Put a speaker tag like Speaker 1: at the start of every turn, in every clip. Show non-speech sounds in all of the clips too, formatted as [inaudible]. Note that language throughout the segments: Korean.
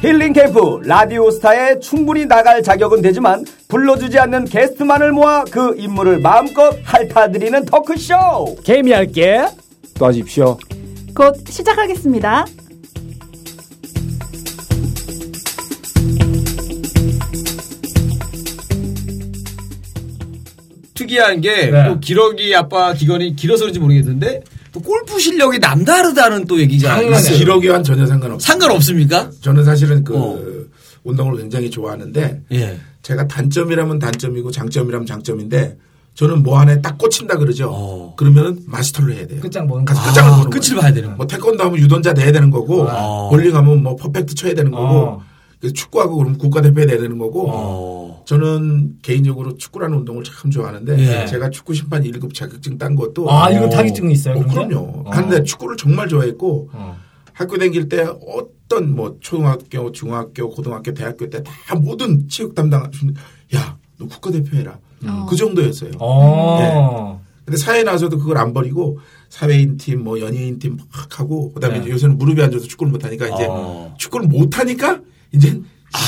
Speaker 1: 힐링 캠프 라디오 스타에 충분히 나갈 자격은 되지만 불러주지 않는 게스트만을 모아 그 인물을 마음껏 핥아드리는 터크쇼.
Speaker 2: 개미할게.
Speaker 3: 놔십시오.
Speaker 4: 곧 시작하겠습니다.
Speaker 5: 특이한 게 또
Speaker 2: 네.
Speaker 5: 기러기 아빠 기건이 길어서 그런지 모르겠는데 또 골프 실력이 남다르다는 또 얘기가
Speaker 2: 당연하죠.
Speaker 5: 있어요.
Speaker 6: 기록이와는 전혀 상관없어요.
Speaker 5: 상관없습니까?
Speaker 6: 저는 사실은 그
Speaker 5: 어.
Speaker 6: 운동을 굉장히 좋아하는데
Speaker 5: 예.
Speaker 6: 제가 단점이라면 단점이고 장점이라면 장점인데 저는 뭐 하나에 딱 꽂힌다 그러죠.
Speaker 5: 어.
Speaker 6: 그러면은 마스터를 해야 돼요.
Speaker 2: 끝장 보는
Speaker 6: 뭐 가서
Speaker 5: 거.
Speaker 6: 끝장을
Speaker 5: 아,
Speaker 6: 보는
Speaker 5: 끝을
Speaker 6: 거예요.
Speaker 5: 봐야 되는
Speaker 6: 뭐 태권도 하면 유돈자 내야 되는 거고
Speaker 5: 아.
Speaker 6: 볼링 하면 뭐 퍼펙트 쳐야 되는 거고
Speaker 2: 어.
Speaker 6: 그래서 축구하고 그러면 국가대표 해야 되는 거고
Speaker 5: 어.
Speaker 6: 저는 개인적으로 축구라는 운동을 참 좋아하는데
Speaker 5: 예.
Speaker 6: 제가 축구 심판 1급 자격증 딴 것도
Speaker 2: 아, 이거 타깃증이 있어요.
Speaker 6: 어,
Speaker 2: 그런 게?
Speaker 6: 그럼요.
Speaker 2: 어.
Speaker 6: 근데 축구를 정말 좋아했고
Speaker 2: 어.
Speaker 6: 학교 다닐 때 어떤 뭐 초등학교, 중학교, 고등학교, 대학교 때 다 모든 체육 담당 야, 너 국가대표 해라. 그 정도였어요.
Speaker 2: 어.
Speaker 6: 근데 사회 나서도 그걸 안 버리고 사회인 팀, 뭐 연예인 팀 막 하고 그다음에
Speaker 2: 네.
Speaker 6: 이제 요새는 무릎이 안 좋아서 축구를 못 하니까 이제
Speaker 5: 어.
Speaker 6: 축구를 못 하니까 이제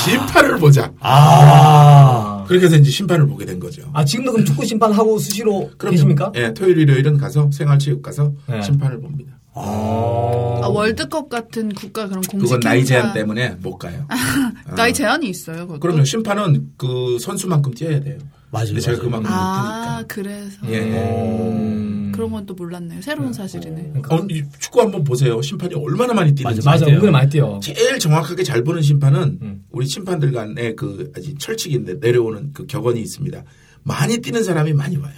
Speaker 6: 심판을 보자.
Speaker 5: 아.
Speaker 6: 그렇게 해서 이제 심판을 보게 된 거죠.
Speaker 2: 아, 지금도 그럼 축구 심판하고 수시로 계십니까?
Speaker 6: 예, 토요일 일요일은 가서 생활체육 가서
Speaker 2: 네.
Speaker 6: 심판을 봅니다.
Speaker 2: 어.
Speaker 7: 아, 월드컵 같은 국가 그런 공식
Speaker 6: 그건 나이
Speaker 7: 행사-
Speaker 6: 제한 때문에 못 가요. 아.
Speaker 7: 나이 제한이 있어요. 그것도?
Speaker 6: 그럼요. 심판은 그 선수만큼 뛰어야 돼요.
Speaker 5: 맞아요,
Speaker 6: 근데 제가
Speaker 5: 맞아요.
Speaker 6: 그만큼
Speaker 7: 아
Speaker 6: 못
Speaker 7: 그래서
Speaker 6: 뛰니까. 예.
Speaker 2: 어.
Speaker 7: 그런 건 또 몰랐네요. 새로운 사실이네.
Speaker 6: 어, 이 축구 한번 보세요. 심판이 얼마나 많이 뛰는지.
Speaker 2: 맞아,
Speaker 5: 뛰어요.
Speaker 2: 은근 많이 뛰어.
Speaker 6: 제일 정확하게 잘 보는 심판은
Speaker 2: 음.
Speaker 6: 우리 심판들 간에 그 아직 철칙인데 내려오는 그 격언이 있습니다. 많이 뛰는 사람이 많이 와요.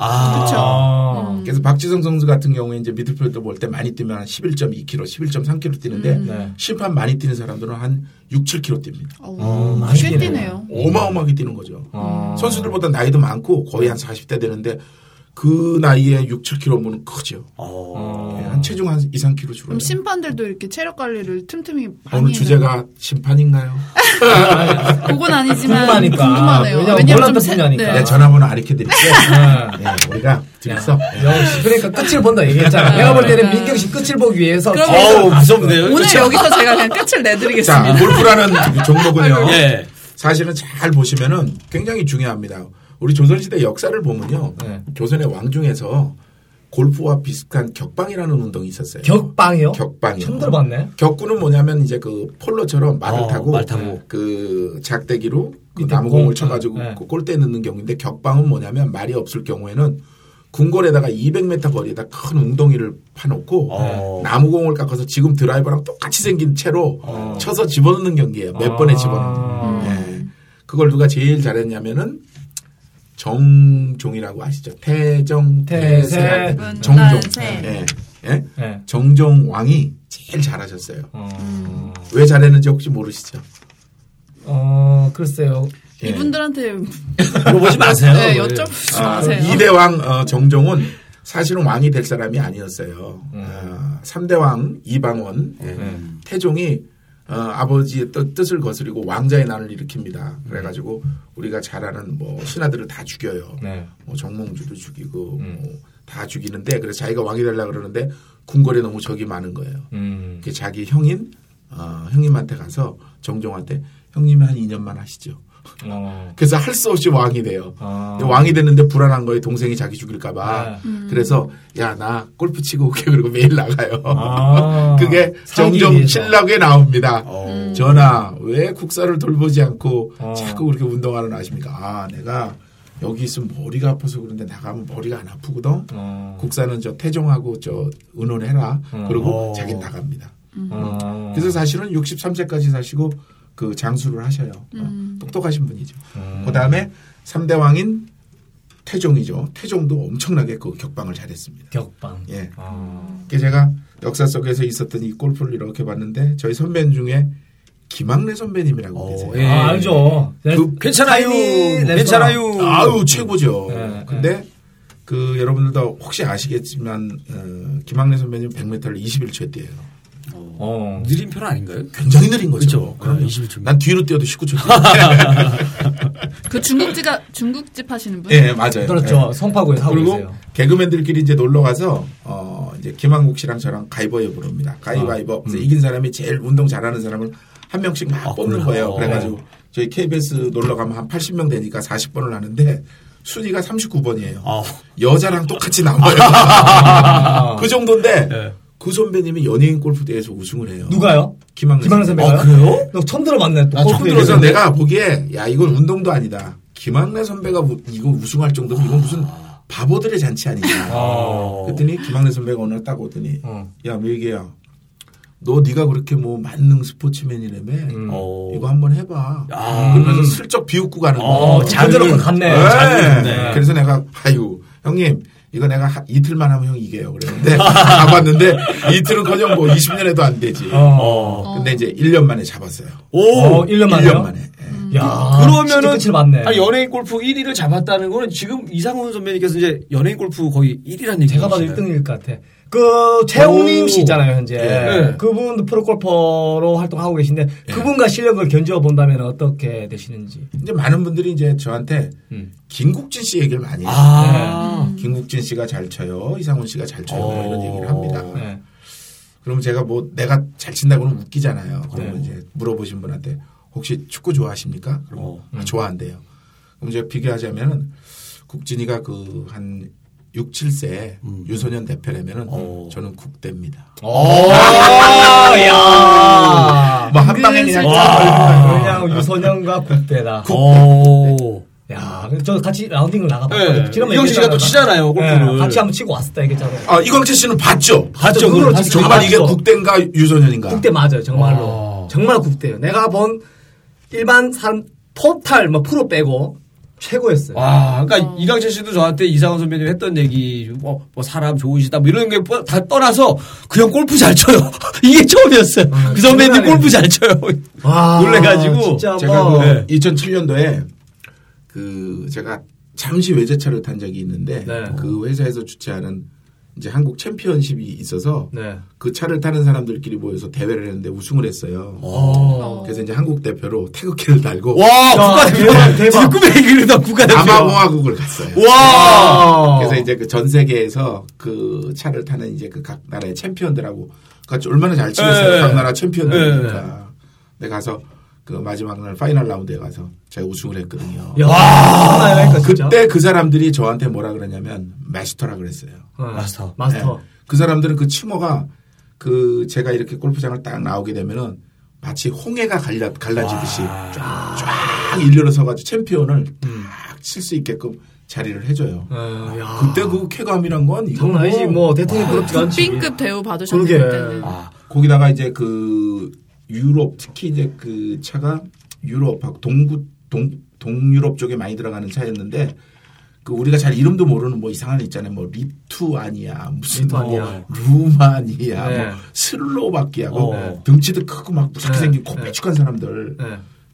Speaker 5: 아.
Speaker 2: 아.
Speaker 6: 그래서 박지성 선수 같은 경우에 이제 미드필더 볼 때 많이 뛰면 한 11.2km, 11.3km 뛰는데
Speaker 2: 네.
Speaker 6: 심판 많이 뛰는 사람들은 한 6, 7km 뜁니다.
Speaker 7: 어,
Speaker 2: 많이
Speaker 7: 꽤
Speaker 2: 뛰네요.
Speaker 7: 뛰네요.
Speaker 6: 어마어마하게 뛰는 거죠.
Speaker 2: 음. 아.
Speaker 6: 선수들보다 나이도 많고 거의 한 40대 되는데 그 나이에 6, 7kg면 크죠.
Speaker 2: 아.
Speaker 5: 어.
Speaker 6: 예, 한 체중 한 2, 3kg 줄어요.
Speaker 7: 그럼 심판들도 이렇게 체력 관리를 틈틈이 많이
Speaker 6: 오늘
Speaker 7: 해요.
Speaker 6: 주제가 심판인가요?
Speaker 7: 그건 아니지만
Speaker 2: 궁금하니까.
Speaker 7: 궁금하네요.
Speaker 2: 왜냐면 몰랐던
Speaker 7: 세-
Speaker 2: 분야니까.
Speaker 7: 네.
Speaker 6: 네, 전화번호 안 익혀드릴게요.
Speaker 2: 네.
Speaker 6: 예, 우리가 둘이서
Speaker 2: 역시 그러니까 끝을 본다 얘기했잖아. 내가 볼 때는
Speaker 7: 네.
Speaker 2: 민경 씨 끝을 보기 위해서
Speaker 7: 그럼
Speaker 5: 어우, 무섭네요.
Speaker 7: 오늘
Speaker 5: 그쵸?
Speaker 7: 여기서 제가 그냥 끝을
Speaker 6: 네. 자,
Speaker 7: 내드리겠습니다.
Speaker 6: 골프라는 그 종목은요.
Speaker 5: 예.
Speaker 6: 사실은 잘 보시면은 굉장히 중요합니다. 우리 조선시대 역사를 보면요.
Speaker 2: 네.
Speaker 6: 조선의 왕 중에서 골프와 비슷한 격방이라는 운동이 있었어요.
Speaker 2: 격방이요?
Speaker 6: 격방이요.
Speaker 2: 처음 들어봤네.
Speaker 6: 격구는 뭐냐면 이제 그 폴로처럼 말을
Speaker 5: 어,
Speaker 6: 타고,
Speaker 5: 말 타고.
Speaker 6: 그 작대기로 그
Speaker 2: 밑에 공,
Speaker 6: 나무공을 쳐가지고
Speaker 2: 네.
Speaker 6: 그 골대에 넣는 경우인데 격방은 뭐냐면 말이 없을 경우에는 궁궐에다가 200m 거리에다 큰 웅덩이를 파놓고
Speaker 5: 어.
Speaker 6: 나무공을 깎아서 지금 드라이버랑 똑같이 생긴 채로 쳐서 집어넣는 경기예요. 몇
Speaker 2: 아.
Speaker 6: 번에 집어넣는. 예. 그걸 누가 제일 잘했냐면은 정종이라고 아시죠? 태정,
Speaker 2: 태세,
Speaker 6: 태세,
Speaker 7: 문,
Speaker 6: 정종.
Speaker 7: 난세.
Speaker 6: 예. 예?
Speaker 2: 네.
Speaker 6: 정종 왕이 제일 잘하셨어요.
Speaker 2: 어,
Speaker 6: 왜 잘했는지 혹시 모르시죠?
Speaker 2: 어, 글쎄요.
Speaker 6: 예.
Speaker 7: 이분들한테
Speaker 5: 물어보지 마세요.
Speaker 7: 네, 여쭤보지 마세요.
Speaker 6: 아, 이대왕 어, 정종은 사실은 왕이 될 사람이 아니었어요. 삼대왕 이방원 예. 태종이 어, 아버지의 뜻, 뜻을 거스리고 왕자의 난을 일으킵니다. 그래가지고 우리가 잘 아는 뭐 신하들을 다 죽여요.
Speaker 2: 네.
Speaker 6: 뭐 정몽주도 죽이고 뭐다 죽이는데 그래서 자기가 왕이 되려고 그러는데 궁궐에 너무 적이 많은 거예요.
Speaker 2: 음.
Speaker 6: 그 자기 형인 어, 형님한테 가서 정종한테 형님이 한 2년만 하시죠.
Speaker 2: 어.
Speaker 6: 그래서 할 수 없이 왕이 돼요.
Speaker 2: 아. 네.
Speaker 6: 근데 왕이 됐는데 불안한 거예요. 동생이 자기 죽일까봐. 그래서 야 나 골프 치고 올게 그리고 매일 나가요.
Speaker 2: 아.
Speaker 6: [laughs] 그게
Speaker 2: 살기
Speaker 6: 정종
Speaker 2: 위해서.
Speaker 6: 신라에 나옵니다.
Speaker 5: 어.
Speaker 6: 전하 왜 국사를 돌보지 않고
Speaker 2: 어.
Speaker 6: 자꾸 그렇게 운동하는 아십니까? 아 내가 여기 있으면 머리가 아파서 그런데 나가면 머리가 안 아프거든.
Speaker 2: 어.
Speaker 6: 국사는 저 태종하고 저 의논해라.
Speaker 2: 음.
Speaker 6: 그리고
Speaker 5: 어.
Speaker 6: 자기 나갑니다.
Speaker 2: 어.
Speaker 6: 그래서 사실은 63세까지 사시고 그 장수를 하셔요. 어, 똑똑하신 분이죠. 그 다음에 삼대 왕인 태종이죠. 태종도 엄청나게 그 격방을 잘했습니다.
Speaker 2: 격방.
Speaker 6: 예.
Speaker 2: 아.
Speaker 6: 그게 제가 역사 속에서 있었던 이 골프를 이렇게 봤는데 저희 선배 중에 김학래 선배님이라고
Speaker 5: 어,
Speaker 6: 계세요.
Speaker 5: 예.
Speaker 2: 아, 알죠.
Speaker 6: 그
Speaker 5: 괜찮아요.
Speaker 2: 타이니 레스토랑.
Speaker 5: 괜찮아요.
Speaker 6: 아유 최고죠.
Speaker 5: 예,
Speaker 2: 네,
Speaker 6: 근데 그 여러분들도 혹시 아시겠지만 어, 김학래 선배님 100m를 21초에 뛰어요.
Speaker 2: 어.
Speaker 5: 느린 편 아닌가요?
Speaker 6: 굉장히 느린 거죠.
Speaker 5: 그쵸. 아, 그럼요. 21초.
Speaker 6: 난 뒤로 뛰어도 19초
Speaker 5: [laughs]
Speaker 6: 뛰어요.
Speaker 7: 그 중국집가 중국집 하시는 분?
Speaker 6: 예, 맞아요.
Speaker 2: 그렇죠. 성파구에서
Speaker 6: 예.
Speaker 2: 하고
Speaker 6: 그리고
Speaker 2: 계세요.
Speaker 6: 개그맨들끼리 이제 놀러 가서 어 이제 김한국 씨랑 저랑 가위바위보를 합니다. 가위바위보. 그래서 이긴 사람이 제일 운동 잘하는 사람을 한 명씩 막
Speaker 3: 아,
Speaker 6: 뽑는
Speaker 3: 그래요?
Speaker 6: 거예요. 그래가지고 저희 KBS 놀러 가면 한 80명 되니까 40번을 하는데 순위가 39번이에요.
Speaker 3: 아.
Speaker 6: 여자랑 똑같이 나온 거예요. 그 정도인데 그 선배님이 연예인 골프 대회에서 우승을 해요.
Speaker 2: 누가요?
Speaker 6: 김학래
Speaker 2: 김학래
Speaker 6: 선배.
Speaker 2: 선배가요?
Speaker 3: 아, 그래요?
Speaker 2: 나 처음 들어봤네. 또.
Speaker 3: 나
Speaker 2: 골프
Speaker 3: 처음
Speaker 2: 들어서
Speaker 6: 그래서 아, 내가 보기에 야 이건 운동도 아니다. 김학래 선배가 우- 이거 우승할 정도면 이건 무슨 바보들의 잔치 아니냐.
Speaker 2: 아.
Speaker 6: 그랬더니 김학래 선배가 오늘 딱 오더니
Speaker 2: 어.
Speaker 6: 야 밀기야 너 네가 그렇게 뭐 만능 스포츠맨이라며
Speaker 2: 음.
Speaker 3: 어.
Speaker 6: 이거 한번 해봐.
Speaker 3: 야.
Speaker 6: 그러면서 슬쩍 비웃고 가는 거야.
Speaker 3: 어,
Speaker 2: 자- 흔들어 갔네.
Speaker 6: 네.
Speaker 3: 잘했네.
Speaker 6: 그래서 내가 아유 형님 이거 내가 하- 이틀만 하면 형 이겨요 그랬는데 [laughs] 잡았는데 이틀은커녕 뭐 20년에도 안 되지.
Speaker 2: 어.
Speaker 6: 근데 이제 1년 만에 잡았어요.
Speaker 2: 오, 1년 만에.
Speaker 6: 1년 만에. 예.
Speaker 2: 야, 아, 진짜
Speaker 5: 그러면은
Speaker 2: 끝을 맞네.
Speaker 5: 아니, 연예인 골프 1위를 잡았다는 거는 지금 이상훈 선배님께서 이제 연예인 골프 거의 1위란 얘기
Speaker 2: 제가 봐도 1등일 것 같아. 그 최홍림 씨 있잖아요 현재 네.
Speaker 5: 예.
Speaker 2: 그분 프로골퍼로 활동하고 계신데 그분과 실력을 견주어 본다면 어떻게 되시는지
Speaker 6: 이제 많은 분들이 이제 저한테 김국진 씨 얘기를 많이 해요. 네.
Speaker 5: 아.
Speaker 6: 김국진 씨가 잘 쳐요, 이상훈 씨가 잘 쳐요
Speaker 3: 어.
Speaker 6: 이런 얘기를 합니다.
Speaker 2: 네.
Speaker 6: 그럼 제가 뭐 내가 잘 친다고 그러면 웃기잖아요. 그러면
Speaker 2: 네.
Speaker 6: 이제 물어보신 분한테 혹시 축구 좋아하십니까? 그럼
Speaker 3: 어.
Speaker 6: 아, 좋아한대요. 그럼 제가 비교하자면은 국진이가 그 한 6, 7세 유소년 대표라면은
Speaker 3: 어.
Speaker 6: 저는 국대입니다.
Speaker 2: 야,
Speaker 6: 뭐 한 방에 그냥
Speaker 2: 그냥 유선영과 국대다.
Speaker 5: 그
Speaker 3: 오.
Speaker 2: 야, 저 같이 라운딩을 나가봤거든요.
Speaker 5: 네.
Speaker 2: 지난번에
Speaker 5: 이경 씨가 또
Speaker 2: 얘기했잖아요.
Speaker 5: 치잖아요, 골프를.
Speaker 2: 네, 같이 한번 치고 왔었다 얘기했잖아. 요
Speaker 6: 아, 이광재 씨는 봤죠?
Speaker 3: 봤죠,
Speaker 2: 그걸
Speaker 3: 봤죠.
Speaker 6: 정말 이게
Speaker 2: 봤어.
Speaker 6: 국대인가 유소년인가?
Speaker 2: 국대 맞아요, 정말로.
Speaker 3: 아.
Speaker 2: 정말 국대예요. 내가 본 일반 사람 토탈 뭐 프로 빼고 최고였어요.
Speaker 5: 와, 그러니까 이강철 씨도 저한테 이상훈 선배님 했던 얘기, 뭐, 뭐 사람 좋으시다, 뭐 이런 게 다 떠나서 그냥 골프 잘 쳐요. [laughs] 이게 처음이었어요. 그 선배님
Speaker 2: 대단하네.
Speaker 5: 골프 잘 쳐요.
Speaker 2: 와,
Speaker 5: 놀래가지고 네.
Speaker 2: 진짜
Speaker 6: 제가
Speaker 2: 뭐
Speaker 6: 그 2007년도에 그 제가 잠시 외제차를 탄 적이 있는데
Speaker 2: 네.
Speaker 6: 그 회사에서 주최하는 이제 한국 챔피언십이 있어서
Speaker 2: 네.
Speaker 6: 그 차를 타는 사람들끼리 모여서 대회를 했는데 우승을 했어요.
Speaker 2: 어.
Speaker 6: 그래서 이제 한국 대표로 태극기를 달고
Speaker 5: 와,
Speaker 2: 대박, 대박.
Speaker 5: 아, 국가대표. 꿈의 얘기를 다 국가대표.
Speaker 6: 남아공화국을 갔어요.
Speaker 5: 와.
Speaker 6: 그래서 이제 그 전 세계에서 그 차를 타는 이제 그 각 나라의 챔피언들하고 같이 얼마나 잘 치겠어요.
Speaker 5: 예.
Speaker 6: 각 나라 챔피언들이니까. 근데 가서 그 마지막 날 파이널 라운드에 가서 제가 우승을 했거든요.
Speaker 2: 야, 와,
Speaker 6: 그때 그 사람들이 저한테 뭐라 그러냐면 마스터라 그랬어요.
Speaker 2: 마스터, 마스터.
Speaker 6: 네. 그 사람들은 그 칭호가 그 제가 이렇게 골프장을 딱 나오게 되면은 마치 홍해가 갈라, 갈라지듯이 쫙 일렬로 서가지고 챔피언을
Speaker 2: 음.
Speaker 6: 딱 칠 수 있게끔 자리를 해줘요.
Speaker 2: 어, 야.
Speaker 6: 그때 그 쾌감이란 건 이거
Speaker 2: 장난 아니지 뭐 대통령 부럽지가 않지.
Speaker 7: 빙급 대우 받으셨는데.
Speaker 2: 그러게.
Speaker 7: 그때는.
Speaker 6: 아, 거기다가 이제 그 유럽 특히 이제 그 차가 유럽하고 동구 동 동유럽 쪽에 많이 들어가는 차였는데 그 우리가 잘 이름도 모르는 뭐 이상한 애 있잖아요. 뭐 리투아니아, 무슨
Speaker 2: 리투아니아.
Speaker 6: 뭐 루마니아,
Speaker 2: 네.
Speaker 6: 뭐 슬로바키아고
Speaker 2: 어.
Speaker 6: 등치도 크고 막 무섭게
Speaker 2: 네,
Speaker 6: 생긴
Speaker 2: 네.
Speaker 6: 코빼쭉한 사람들
Speaker 2: 네.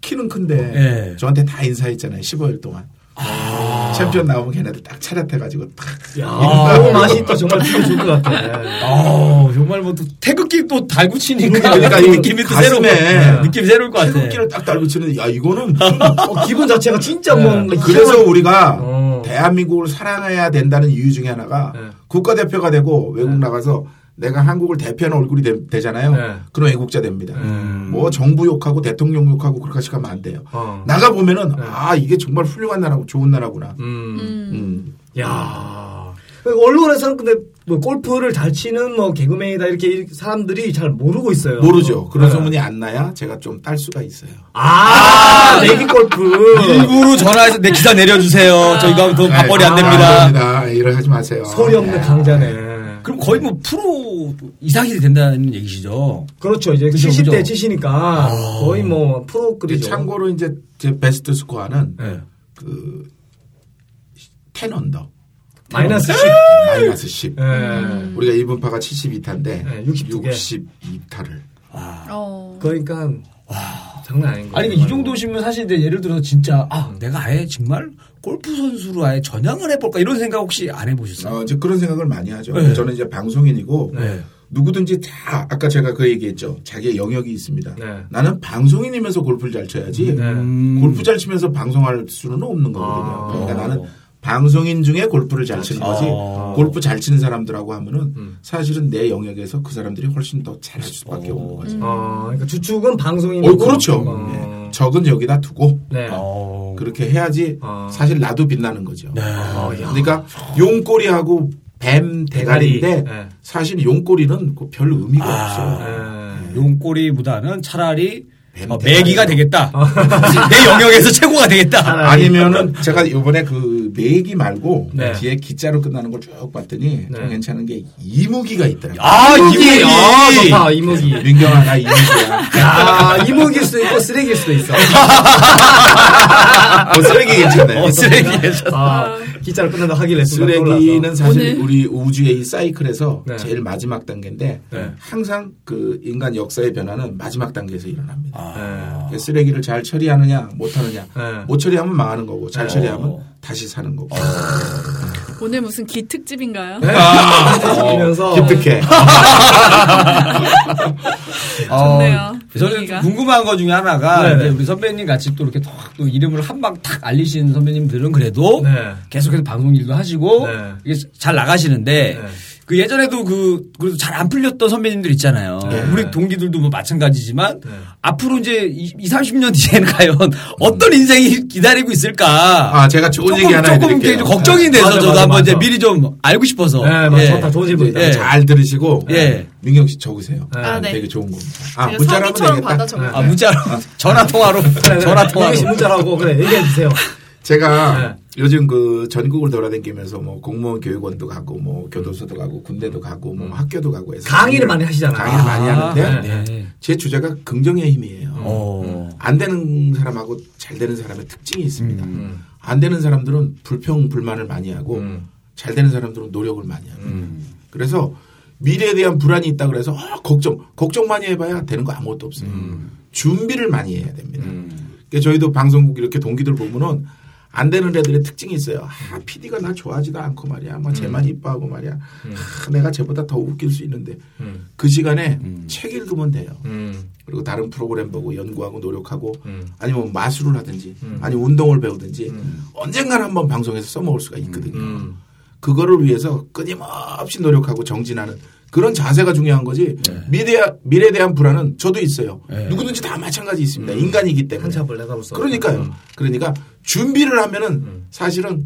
Speaker 6: 키는 큰데
Speaker 3: 네.
Speaker 6: 저한테 다 인사했잖아요. 15일 동안. 챔피언 나오면 걔네들 딱 차렷해가지고 탁.
Speaker 2: 아. 야, 그 맛이 또 정말 죽을 것 같아. 네.
Speaker 5: 아, 정말 뭐 또 태극기 또 달고 치니까
Speaker 6: 그러니까 이
Speaker 5: [laughs] 느낌이 또 새로운
Speaker 6: 가슴에
Speaker 5: 거- 네, 느낌이 새로울 것 같아.
Speaker 6: 태극기를 딱 달고 치는데 야 이거는
Speaker 2: [laughs]
Speaker 6: 무슨
Speaker 2: 어, 기분 자체가 진짜 뭔가
Speaker 6: 그러니까 그래서 우리가
Speaker 2: 음. 어.
Speaker 6: 대한민국을 사랑해야 된다는 이유 중에 하나가
Speaker 2: 네.
Speaker 6: 국가대표가 되고 외국 나가서 내가 한국을 대표하는 얼굴이 되, 잖아요
Speaker 2: 네.
Speaker 6: 그런 애국자 됩니다. 뭐 정부 욕하고 대통령 욕하고 그렇게 가면 안 돼요.
Speaker 2: 어.
Speaker 6: 나가 보면은 아 이게 정말 훌륭한 나라고 좋은 나라구나.
Speaker 7: 음.
Speaker 6: 음.
Speaker 2: 야그 언론에서는 근데 뭐 골프를 잘 치는 뭐 개그맨이다 이렇게 이- 사람들이 잘 모르고 있어요.
Speaker 6: 모르죠. 그런
Speaker 2: 네.
Speaker 6: 소문이 안 나야 제가 좀 딸 수가 있어요.
Speaker 2: 아, 내기 골프.
Speaker 5: 일부러 전화해서 내 기사 내려주세요. 저희가 돈 밥벌이 안
Speaker 6: 네,
Speaker 5: 됩니다.
Speaker 6: 안 됩니다. 이런 하지 마세요.
Speaker 2: 소리 없는
Speaker 6: 네.
Speaker 2: 강자네.
Speaker 5: 그럼 거의 뭐 프로 이상이 된다는 얘기시죠.
Speaker 2: 그렇죠. 이제
Speaker 5: 그죠,
Speaker 2: 70대
Speaker 5: 그죠.
Speaker 2: 치시니까 거의 뭐
Speaker 6: 근데
Speaker 2: 프로급이죠.
Speaker 6: 참고로 이제 제 베스트 스코어는
Speaker 5: 네.
Speaker 6: 그 10언더
Speaker 2: 마이너스 10.
Speaker 6: 마이너스 10.
Speaker 2: 예.
Speaker 6: 우리가 1분파가 72타인데
Speaker 2: 네, 62 개.
Speaker 6: 62타를
Speaker 7: 어.
Speaker 2: 그러니까 장난 아닌 거예요.
Speaker 5: 아니 근데 이 정도시면 사실 이제 예를 들어서 진짜 아 내가 아예 정말 골프 선수로 아예 전향을 해볼까 이런 생각 혹시 안 해보셨어요?
Speaker 6: 어, 이제 그런 생각을 많이 하죠.
Speaker 5: 네.
Speaker 6: 저는 이제 방송인이고
Speaker 5: 네.
Speaker 6: 누구든지 다 아까 제가 그 얘기했죠. 자기의 영역이 있습니다.
Speaker 2: 네.
Speaker 6: 나는 방송인이면서 골프를 잘 쳐야지
Speaker 2: 네.
Speaker 6: 음. 골프 잘 치면서 방송할 수는 없는 거거든요.
Speaker 2: 아.
Speaker 6: 그러니까 나는 방송인 중에 골프를 잘 치는 거지
Speaker 5: 아.
Speaker 6: 골프 잘 치는 사람들하고 하면은
Speaker 2: 음.
Speaker 6: 사실은 내 영역에서 그 사람들이 훨씬 더 잘할 수밖에 없는 거지.
Speaker 2: 어, 그러니까 주축은 방송인.
Speaker 6: 어, 그렇죠.
Speaker 2: 어.
Speaker 6: 예. 적은 여기다 두고
Speaker 2: 네.
Speaker 5: 어.
Speaker 6: 그렇게 해야지
Speaker 2: 어.
Speaker 6: 사실 나도 빛나는 거죠.
Speaker 2: 어, 야.
Speaker 6: 그러니까 용꼬리하고 뱀 대가리인데
Speaker 2: 대가리. 예.
Speaker 6: 사실 용꼬리는 그별 의미가 없어. 요
Speaker 5: 네.
Speaker 2: 예.
Speaker 5: 용꼬리보다는 차라리
Speaker 6: 뱀
Speaker 5: 어,
Speaker 6: 대가리.
Speaker 5: 매기가 되겠다. [laughs] 내 영역에서 최고가 되겠다.
Speaker 6: 아니면은 제가 이번에 그 매기 말고
Speaker 2: 네.
Speaker 6: 뒤에 기자로 끝나는 걸 쭉 봤더니 좀
Speaker 2: 네.
Speaker 6: 괜찮은 게 이무기가 있더라고요.
Speaker 5: 아, 이게
Speaker 2: 아, 좋다, 이목이.
Speaker 6: 민경아 나 이무기야.
Speaker 2: 야, 이목일 수도 있고, 쓰레기일 수도 있어.
Speaker 6: 어, 쓰레기 괜찮네.
Speaker 5: 어, 쓰레기.
Speaker 2: 아, 기자로 끝난다 하길래. 순간
Speaker 6: 쓰레기는 사실
Speaker 7: 오늘.
Speaker 6: 우리 우주의 이 사이클에서
Speaker 2: 네.
Speaker 6: 제일 마지막 단계인데
Speaker 2: 네.
Speaker 6: 항상 그 인간 역사의 변화는 마지막 단계에서 일어납니다.
Speaker 2: 아. 떠올라서.
Speaker 6: 그러니까 쓰레기를 잘 처리하느냐 못하느냐
Speaker 2: 네. 어.
Speaker 6: 못 처리하면 망하는 거고 잘 처리하면 다시 사는 거고
Speaker 7: 오늘 무슨 기특집인가요?
Speaker 2: 네. 하면서
Speaker 6: 기특해.
Speaker 2: 어.
Speaker 7: 아, 좋네요.
Speaker 5: 어, 저는
Speaker 7: 분위기가.
Speaker 5: 궁금한 것 중에 하나가
Speaker 2: 네네.
Speaker 5: 이제 우리 선배님 같이 또 이렇게 탁또 이름을 한 방 탁 알리신 선배님들은 그래도
Speaker 2: 네.
Speaker 5: 계속해서 방송 일도 하시고
Speaker 2: 네.
Speaker 5: 이게 잘 나가시는데
Speaker 2: 네.
Speaker 5: 그 예전에도 그 그래도 잘 안 풀렸던 선배님들 있잖아요. 우리 동기들도 뭐 마찬가지지만 앞으로 이제 20, 30년 뒤에는 [laughs] 과연 어떤 인생이 기다리고 있을까?
Speaker 6: 아 제가 좋은
Speaker 5: 조금
Speaker 6: 얘기 하나
Speaker 5: 조금
Speaker 6: 해드릴게요.
Speaker 5: 이렇게 걱정이 돼서
Speaker 2: 맞아,
Speaker 5: 저도
Speaker 2: 맞아,
Speaker 5: 한번 이제
Speaker 2: 맞아.
Speaker 5: 미리 좀 알고 싶어서.
Speaker 2: 네, 맞아. 좋다. 좋은 질문이다.
Speaker 5: 예.
Speaker 6: 잘 들으시고 네.
Speaker 5: 예.
Speaker 6: 민경 씨 적으세요.
Speaker 7: 아, 네.
Speaker 6: 되게 좋은 겁니다. 아
Speaker 7: 제가
Speaker 6: 문자로 하면
Speaker 7: 사기처럼
Speaker 6: 되겠다.
Speaker 7: 받아 적을게요.
Speaker 5: 아 문자로 전화 통화로
Speaker 2: 네,
Speaker 5: 전화 통화로. 네.
Speaker 2: 문자라고 그래 얘기해 주세요.
Speaker 6: 제가
Speaker 2: 네.
Speaker 6: 요즘 그 전국을 돌아다니면서 뭐 공무원 교육원도 가고 뭐 교도소도 가고 군대도 가고 뭐 학교도 가고
Speaker 2: 음.
Speaker 6: 해서
Speaker 2: 강의를 많이 하시잖아요.
Speaker 6: 강의를 많이 하는데
Speaker 2: 네.
Speaker 6: 제 주제가 긍정의 힘이에요.
Speaker 5: 어.
Speaker 6: 안 되는 사람하고 잘 되는 사람의 특징이 있습니다. 음. 안 되는 사람들은 불평 불만을 많이 하고 잘 되는 사람들은 노력을 많이 하고 그래서 미래에 대한 불안이 있다 그래서 어, 걱정 걱정 많이 해봐야 되는 거 아무것도 없어요. 준비를 많이 해야 됩니다. 그러니까 저희도 방송국 이렇게 동기들 보면은 안 되는 애들의 특징이 있어요. 아, PD가 나 좋아하지도 않고 말이야. 뭐 쟤만 이뻐하고 말이야. 아, 내가 쟤보다 더 웃길 수 있는데 그 시간에 책 읽으면 돼요. 그리고 다른 프로그램 보고 연구하고 노력하고
Speaker 2: 음.
Speaker 6: 아니면 마술을 하든지 아니면 운동을 배우든지 언젠가는 한번 방송에서 써먹을 수가 있거든요.
Speaker 2: 음.
Speaker 6: 그거를 위해서 끊임없이 노력하고 정진하는 그런 자세가 중요한 거지
Speaker 2: 네.
Speaker 6: 미래, 미래에 대한 불안은 저도 있어요. 누구든지 다 마찬가지 있습니다. 인간이기
Speaker 2: 음.
Speaker 6: 때문에.
Speaker 2: 한참을 내다봤어.
Speaker 6: 그러니까요. 그러니까 준비를 하면은 사실은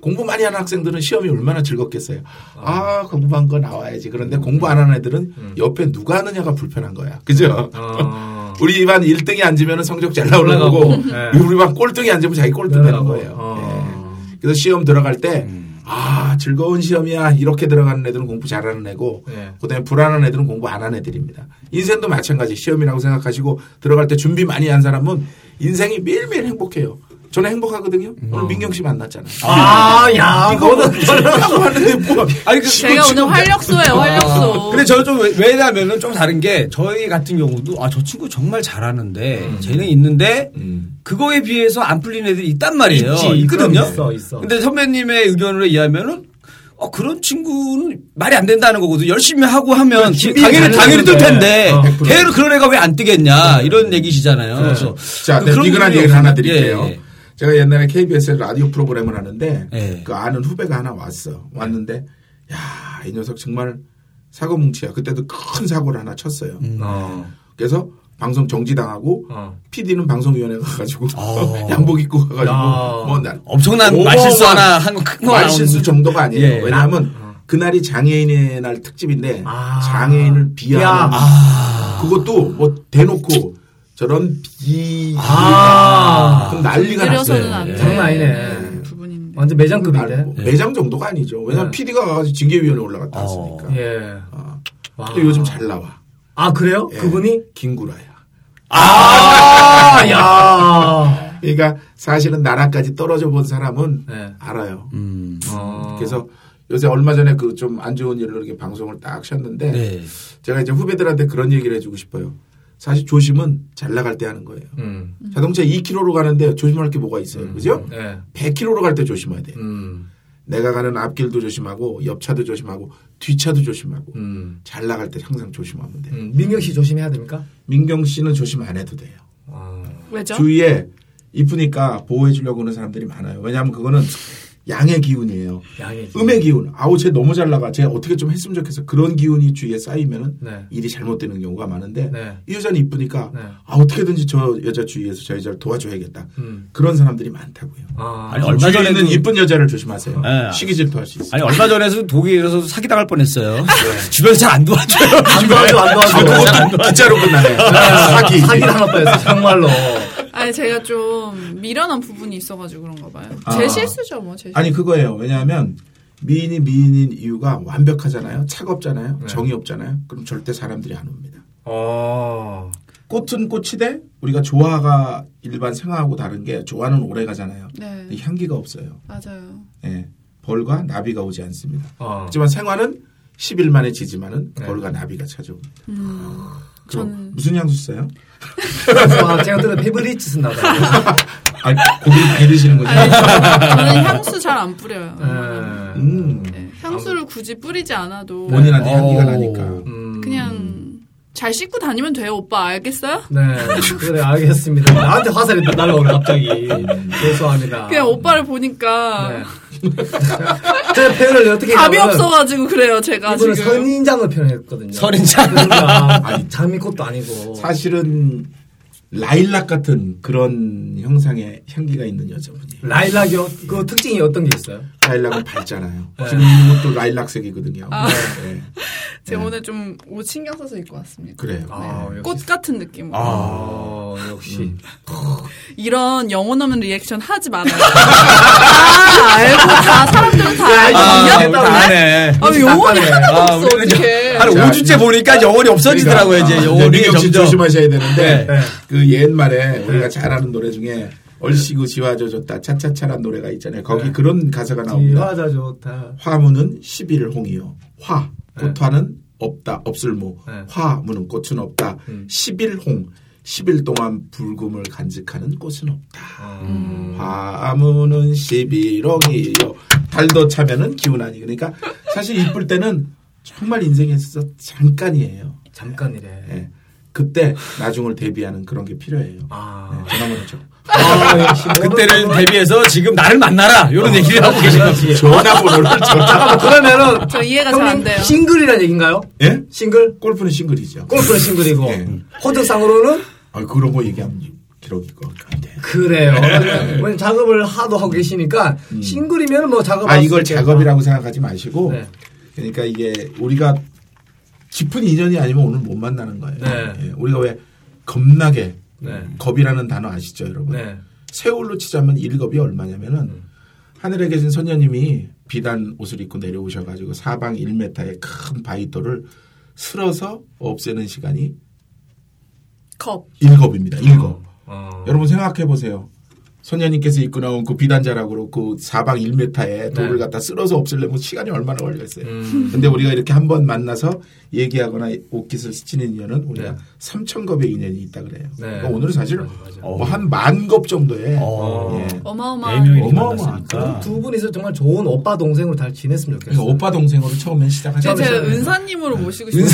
Speaker 6: 공부 많이 하는 학생들은 시험이 얼마나 즐겁겠어요. 아, 공부한 거 나와야지. 그런데 공부 안 하는 애들은 옆에 누가 하느냐가 불편한 거야. 그죠?
Speaker 2: 어.
Speaker 6: 우리 반 1등이 앉으면 성적 잘 나오는
Speaker 2: 올라가고,
Speaker 6: 거고
Speaker 2: 예.
Speaker 6: 우리 반 꼴등이 앉으면 자기 꼴등 되는
Speaker 2: 내려가고,
Speaker 6: 거예요.
Speaker 2: 어. 음.
Speaker 6: 예. 그래서 시험 들어갈 때 아, 즐거운 시험이야. 이렇게 들어가는 애들은 공부 잘하는 애고,
Speaker 2: 예.
Speaker 6: 그 다음에 불안한 애들은 공부 안 하는 애들입니다. 인생도 마찬가지. 시험이라고 생각하시고, 들어갈 때 준비 많이 한 사람은 인생이 매일매일 행복해요. 저는 행복하거든요. 오늘 민경 씨 만났잖아요.
Speaker 2: 어. 아, 야, 이거는
Speaker 6: 저라고 하는데 뭐.
Speaker 5: 아니 그 어.
Speaker 7: 제가 오늘
Speaker 6: 아,
Speaker 7: 활력소예요, 활력소.
Speaker 5: 근데 저는 좀 왜- 왜냐면은 좀 다른 게 저희 같은 경우도 아 저 친구 정말 잘하는데 재능 있는데
Speaker 6: 음.
Speaker 5: 그거에 비해서 안 풀린 애들이 있단 말이에요.
Speaker 2: 있지.
Speaker 5: 있거든요.
Speaker 2: 그럼 있어, 있어.
Speaker 5: 근데 선배님의 의견으로 이해하면은 어, 그런 친구는 말이 안 된다는 거거든. 열심히 하고 하면 기-
Speaker 2: 준비는
Speaker 5: 당연히
Speaker 2: 잘하는데.
Speaker 5: 당연히 뜰 텐데
Speaker 2: 어.
Speaker 5: 걔를 그런 애가 왜 안 뜨겠냐 이런 얘기시잖아요. 그래서
Speaker 6: 음. 자, 네,
Speaker 5: 그런
Speaker 6: 미근한
Speaker 5: 부분이
Speaker 6: 얘기를 하나
Speaker 5: 없으면-
Speaker 6: 드릴게요.
Speaker 5: 예, 예.
Speaker 6: 제가 옛날에 KBS에 라디오 프로그램을 하는데
Speaker 5: 예.
Speaker 6: 그 아는 후배가 하나 왔어. 왔는데 야, 이 녀석 정말 사고 뭉치야. 그때도 큰 사고를 하나 쳤어요.
Speaker 5: 음.
Speaker 2: 어.
Speaker 6: 그래서 방송 정지당하고
Speaker 2: 어.
Speaker 6: PD는 방송위원회 가가지고 [laughs]
Speaker 5: 어.
Speaker 6: 양복 입고 가가지고
Speaker 2: 야.
Speaker 6: 뭐 나-
Speaker 5: 엄청난
Speaker 6: 어마어마한
Speaker 5: 말실수 하나 한거큰거
Speaker 6: 말실수 정도가 아니에요.
Speaker 5: 예.
Speaker 6: 왜냐하면 그날이 장애인의 날 특집인데
Speaker 2: 아.
Speaker 6: 장애인을
Speaker 2: 야.
Speaker 6: 비하하는
Speaker 5: 아.
Speaker 6: 그것도 뭐 대놓고 저런 비
Speaker 2: 아.
Speaker 6: 그럼 난리가 났어요.
Speaker 7: 내려서는
Speaker 6: 예.
Speaker 7: 안 돼.
Speaker 2: 장난 아니네.
Speaker 7: 부분인데.
Speaker 2: 완전 매장급인데.
Speaker 5: 예.
Speaker 6: 뭐 매장 정도가 아니죠. 왜냐면
Speaker 2: 네.
Speaker 6: PD가 가서 징계위원회 올라갔다
Speaker 5: 어.
Speaker 6: 왔으니까.
Speaker 2: 예.
Speaker 6: 어.
Speaker 2: 와.
Speaker 6: 또 요즘 잘 나와.
Speaker 2: 아, 그래요?
Speaker 6: 예.
Speaker 2: 그분이?
Speaker 6: 김구라야.
Speaker 2: 아, 야.
Speaker 6: 그러니까 사실은 나라까지 떨어져 본 사람은
Speaker 2: 네.
Speaker 6: 알아요.
Speaker 5: 음.
Speaker 2: 어.
Speaker 6: 그래서 요새 얼마 전에 그 좀 안 좋은 일로 이렇게 방송을 딱 쉬었는데
Speaker 5: 네.
Speaker 6: 제가 이제 후배들한테 그런 얘기를 해주고 싶어요. 사실 조심은 잘 나갈 때 하는 거예요.
Speaker 2: 음.
Speaker 6: 자동차 2km로 가는데 조심할 게 뭐가 있어요. 그죠?
Speaker 2: 네.
Speaker 6: 100km로 갈 때 조심해야 돼요.
Speaker 2: 음.
Speaker 6: 내가 가는 앞길도 조심하고 옆차도 조심하고 뒤차도 조심하고
Speaker 2: 음.
Speaker 6: 잘 나갈 때 항상 조심하면 돼요.
Speaker 2: 음. 민경 씨 조심해야 됩니까?
Speaker 6: 민경 씨는 조심 안 해도 돼요.
Speaker 2: 어.
Speaker 7: 왜죠?
Speaker 6: 주위에 이쁘니까 보호해 주려고 하는 사람들이 많아요. 왜냐하면 그거는 양의 기운이에요.
Speaker 2: 양의 기운.
Speaker 6: 음의 기운. 아우 쟤 너무 잘 나가. 쟤 어떻게 좀 했으면 좋겠어. 그런 기운이 주위에 쌓이면은
Speaker 2: 네.
Speaker 6: 일이 잘못되는 경우가 많은데
Speaker 2: 네.
Speaker 6: 이 여자는 이쁘니까
Speaker 2: 네.
Speaker 6: 아 어떻게든지 저 여자 주위에서 저 여자를 도와줘야겠다.
Speaker 2: 음.
Speaker 6: 그런 사람들이 많다고요.
Speaker 2: 아,
Speaker 5: 아니, 얼마
Speaker 6: 주위에 있는
Speaker 5: 전에도-
Speaker 6: 이쁜 여자를 조심하세요.
Speaker 5: 네.
Speaker 6: 시기 질투할 수 있어요.
Speaker 5: [laughs] 아니 얼마 전에도 독일에서 사기 당할 뻔했어요. [laughs] 주변에서 잘 안 도와줘요.
Speaker 2: 안 도와줘, 안 도와줘.
Speaker 6: 그것도 기자로 끝나네. 사기.
Speaker 2: 사기 당했어요, 정말로.
Speaker 7: 아니 제가 좀 미련한 부분이 있어가지고 그런가 봐요.
Speaker 6: 아.
Speaker 7: 제 실수죠 뭐. 제 실수.
Speaker 6: 아니 그거예요. 왜냐하면 미인이 미인인 이유가 완벽하잖아요. 차갑잖아요.
Speaker 2: 네.
Speaker 6: 정이 없잖아요. 그럼 절대 사람들이 안 옵니다.
Speaker 2: 어.
Speaker 6: 꽃은 꽃이 돼 우리가 조화가 일반 생화하고 다른 게 조화는 오래 가잖아요.
Speaker 7: 네
Speaker 6: 근데 향기가 없어요.
Speaker 7: 맞아요.
Speaker 6: 예. 벌과 나비가 오지 않습니다.
Speaker 2: 어.
Speaker 6: 하지만 생화는 10일 만에 지지만은
Speaker 2: 네.
Speaker 6: 벌과 나비가 찾아옵니다. 그럼
Speaker 7: 음. 저는-
Speaker 6: 무슨 향수 써요?
Speaker 2: 와, 제가 들은 페브리치 쓴다. 봐요.
Speaker 6: 아, 고기 기르시는 거죠?
Speaker 7: 아니, 저는 향수 잘 안 뿌려요.
Speaker 2: 예.
Speaker 6: 음.
Speaker 7: 네, 향수를 굳이 뿌리지 않아도
Speaker 6: 네. 본인한테
Speaker 5: 어.
Speaker 6: 향기가 나니까.
Speaker 2: 음.
Speaker 7: 그냥 잘 씻고 다니면 돼요 오빠 알겠어요?
Speaker 6: 음.
Speaker 2: 네, 그래 알겠습니다. 나한테 화살이 날라오네 갑자기. 죄송합니다.
Speaker 6: 아.
Speaker 7: 그냥 오빠를 보니까
Speaker 2: 네. 제 표현을 어떻게
Speaker 7: [laughs] 답이
Speaker 2: 했냐면
Speaker 7: 없어가지고 그래요 제가
Speaker 2: 이분은
Speaker 7: 지금
Speaker 2: 선인장을 표현했거든요.
Speaker 5: 선인장.
Speaker 2: 그러니까 장미꽃도 아니고.
Speaker 6: 사실은 라일락 같은 그런 형상의 향기가 있는 여자분이에요.
Speaker 2: 라일락이 어- 그 특징이 어떤 게 있어요?
Speaker 6: 라일락은 밝잖아요.
Speaker 2: 네.
Speaker 6: 지금 있는 것도 라일락색이거든요.
Speaker 7: 아.
Speaker 6: 네.
Speaker 7: 제가 오늘 좀 옷 신경 써서 입고 왔습니다.
Speaker 6: 그래요. 네.
Speaker 2: 아, 역시.
Speaker 7: 꽃 같은 느낌. 으로
Speaker 2: 아, 역시.
Speaker 7: 이런 영혼 없는 리액션 하지 말아요. 다 알고 다 사람들은 다 알고
Speaker 5: 아,
Speaker 7: 있냐?
Speaker 5: 우리 다 아네.
Speaker 7: 아, 왜 영혼이
Speaker 2: 낯가네.
Speaker 7: 하나도
Speaker 5: 아,
Speaker 7: 없어
Speaker 5: 우리는
Speaker 7: 어떡해.
Speaker 5: 한
Speaker 6: 자, 그러니까.
Speaker 5: 5주째 보니까 영혼이 없어지더라고요, 이제. 영혼이
Speaker 6: 아, 민경 씨
Speaker 5: 점점.
Speaker 6: 조심하셔야 되는데
Speaker 5: 네.
Speaker 6: 그 옛말에 우리가 잘 아는 노래 중에 얼씨구 지화져줬다 차차차란 노래가 있잖아요.
Speaker 5: 네.
Speaker 6: 거기 그런 가사가 나옵니다.
Speaker 2: 이화자 좋다.
Speaker 6: 화무는 11일 홍이요. 화
Speaker 5: 네.
Speaker 6: 꽃화는 없다 없을무
Speaker 2: 네.
Speaker 6: 화무는 꽃은 없다
Speaker 5: 음.
Speaker 6: 10일 홍 10일 동안 불금을 간직하는 꽃은 없다.
Speaker 7: 음.
Speaker 5: 음.
Speaker 6: 화무는 11일 홍이요. 달도 차면은 기운 아니 그러니까 사실 이쁠 때는 정말 인생에 있어서 잠깐이에요.
Speaker 2: 잠깐이래.
Speaker 6: 예. 그때 나중을 대비하는 그런 게 필요해요.
Speaker 2: 아.
Speaker 6: 예, 전화번호죠.
Speaker 2: 아,
Speaker 6: [laughs]
Speaker 2: 역시.
Speaker 5: 그때를 대비해서 지금 나를 만나라. 이런 얘기를 하고 계신 거죠.
Speaker 2: 그렇지.
Speaker 6: [laughs] 전화번호를
Speaker 2: 잠깐만, 뭐 그러면은.
Speaker 7: 저 이해가 잘안
Speaker 2: 형님
Speaker 7: 돼요.
Speaker 2: 싱글이란 얘기인가요?
Speaker 6: 예?
Speaker 2: 싱글?
Speaker 6: 골프는 싱글이죠.
Speaker 2: 골프는 싱글이고.
Speaker 6: 예.
Speaker 2: 호드상으로는?
Speaker 6: 아, 그런 거 얘기하면 기록일 것 같은데.
Speaker 2: 그래요.
Speaker 6: 예.
Speaker 2: 왜냐면 작업을 하도 하고 계시니까 싱글이면 뭐 작업.
Speaker 6: 음. 아, 이걸 작업이라고 생각하지 마시고.
Speaker 2: 네.
Speaker 6: 그러니까 이게 우리가 깊은 인연이 아니면 오늘 못 만나는 거예요.
Speaker 2: 네.
Speaker 6: 예, 우리가 왜 겁나게
Speaker 2: 네.
Speaker 6: 겁이라는 단어 아시죠, 여러분?
Speaker 2: 네.
Speaker 6: 세월로 치자면 일급이 얼마냐면은 하늘에 계신 선녀님이 비단 옷을 입고 내려오셔가지고 사방 1m의 큰 바위돌을 쓸어서 없애는 시간이
Speaker 7: 컵.
Speaker 6: 일겁입니다. 일겁.
Speaker 2: 어.
Speaker 6: 여러분 생각해 보세요. 선녀님께서 입고 나온 그 비단자락으로 그 사방 1m의 돌을
Speaker 2: 네.
Speaker 6: 갖다 쓸어서 없애려면 시간이 얼마나 걸렸어요.
Speaker 2: 음.
Speaker 6: 근데 우리가 이렇게 한 번 만나서 얘기하거나 옷깃을 스치는 인연은 우리가
Speaker 2: 네.
Speaker 6: 삼 3,000겁의 인연이 있다 그래요.
Speaker 2: 네.
Speaker 6: 그러니까 오늘은 사실 뭐
Speaker 2: 맞아, 맞아.
Speaker 6: 한 만 겁 정도의
Speaker 5: 어.
Speaker 6: 예.
Speaker 7: 어마어마한.
Speaker 5: 네 명이
Speaker 6: 어마어마하니까.
Speaker 5: 만났으니까.
Speaker 2: 두 분이서 정말 좋은 오빠 동생으로 잘 지냈으면
Speaker 6: 그러니까
Speaker 2: 좋겠어요.
Speaker 6: 오빠 동생으로 처음엔
Speaker 7: 제가,
Speaker 6: 시작하셨죠.
Speaker 7: 제가 은사님으로 모시고 싶어요.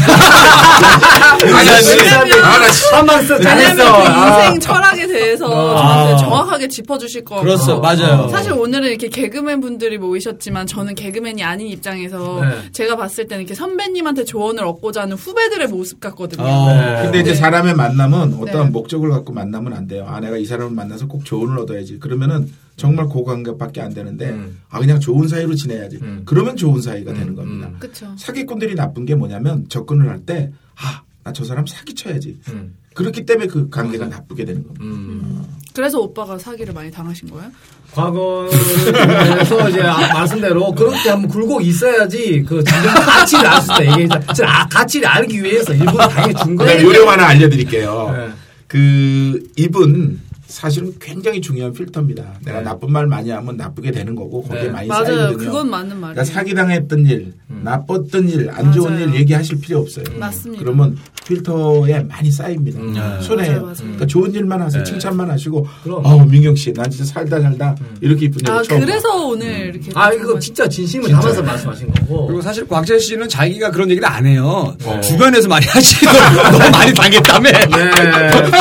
Speaker 2: 한번 써
Speaker 7: 왜냐면
Speaker 2: 잘했어.
Speaker 7: 그
Speaker 2: 아.
Speaker 7: 인생 철학에 대해서 저한테 정확하게 짚어주실 거 같고.
Speaker 5: 그렇죠, 맞아요.
Speaker 7: 사실 오늘은 이렇게 개그맨 분들이 모이셨지만 저는 개그맨이 아닌 입장에서
Speaker 2: 네.
Speaker 7: 제가 봤을 때는 이렇게 선배님한테 조언을 얻고자 하는 후배들의 모습 같거든요.
Speaker 5: 어.
Speaker 6: 근데 이제
Speaker 7: 네.
Speaker 6: 사람의 만남은 어떠한
Speaker 7: 네.
Speaker 6: 목적을 갖고 만나면 안 돼요. 아, 내가 이 사람을 만나서 꼭 조언을 얻어야지. 그러면은 정말 고관계밖에 안 되는데,
Speaker 2: 음.
Speaker 6: 아, 그냥 좋은 사이로 지내야지. 그러면 좋은 사이가 되는 겁니다.
Speaker 7: 그쵸.
Speaker 6: 사기꾼들이 나쁜 게 뭐냐면 접근을 할 때, 아, 나 저 사람 사기쳐야지.
Speaker 2: 음.
Speaker 6: 그렇기 때문에 그 관계가 나쁘게 되는 겁니다.
Speaker 7: 그래서 오빠가 사기를 많이 당하신 거예요?
Speaker 2: 과거에서 이제 아- 말씀대로 그렇게 한번 굴곡 있어야지 그 진정 가치를 알 수 있다. 이게 진짜 아, 가치를 알기 위해서 일부러 당해 준
Speaker 6: 그다음에
Speaker 5: 네,
Speaker 2: 거예요.
Speaker 6: 요령 하나 알려드릴게요.
Speaker 2: 네.
Speaker 6: 그 입은 사실은 굉장히 중요한 필터입니다. 내가
Speaker 2: 네.
Speaker 6: 나쁜 말 많이 하면 나쁘게 되는 거고 거기에
Speaker 2: 네.
Speaker 6: 많이
Speaker 7: 맞아요.
Speaker 6: 쌓이거든요.
Speaker 7: 그건 맞는 말이에요.
Speaker 6: 그러니까 사기당했던 일,
Speaker 2: 음.
Speaker 6: 나빴던 일, 안 좋은
Speaker 7: 맞아요.
Speaker 6: 일 얘기하실 필요 없어요.
Speaker 7: 맞습니다.
Speaker 6: 그러면 필터에 많이 쌓입니다. 손해예요.
Speaker 7: 맞아요, 맞아요.
Speaker 6: 그러니까 좋은 일만 하세요. 칭찬만 하시고
Speaker 2: 음. 네. 그럼.
Speaker 6: 어우 민경 씨, 난 진짜 살다 살다 이렇게 이쁜 여자
Speaker 7: 아,
Speaker 6: 네, 처음. 봐.
Speaker 7: 그래서 오늘 이렇게.
Speaker 2: 아 이거 진짜 진심을 담아서 말씀하신 거고.
Speaker 5: 그리고 사실 곽재 씨는 자기가 그런 얘기를 안 해요. 주변에서 많이 하시더라고요. 너무 많이 당했다며.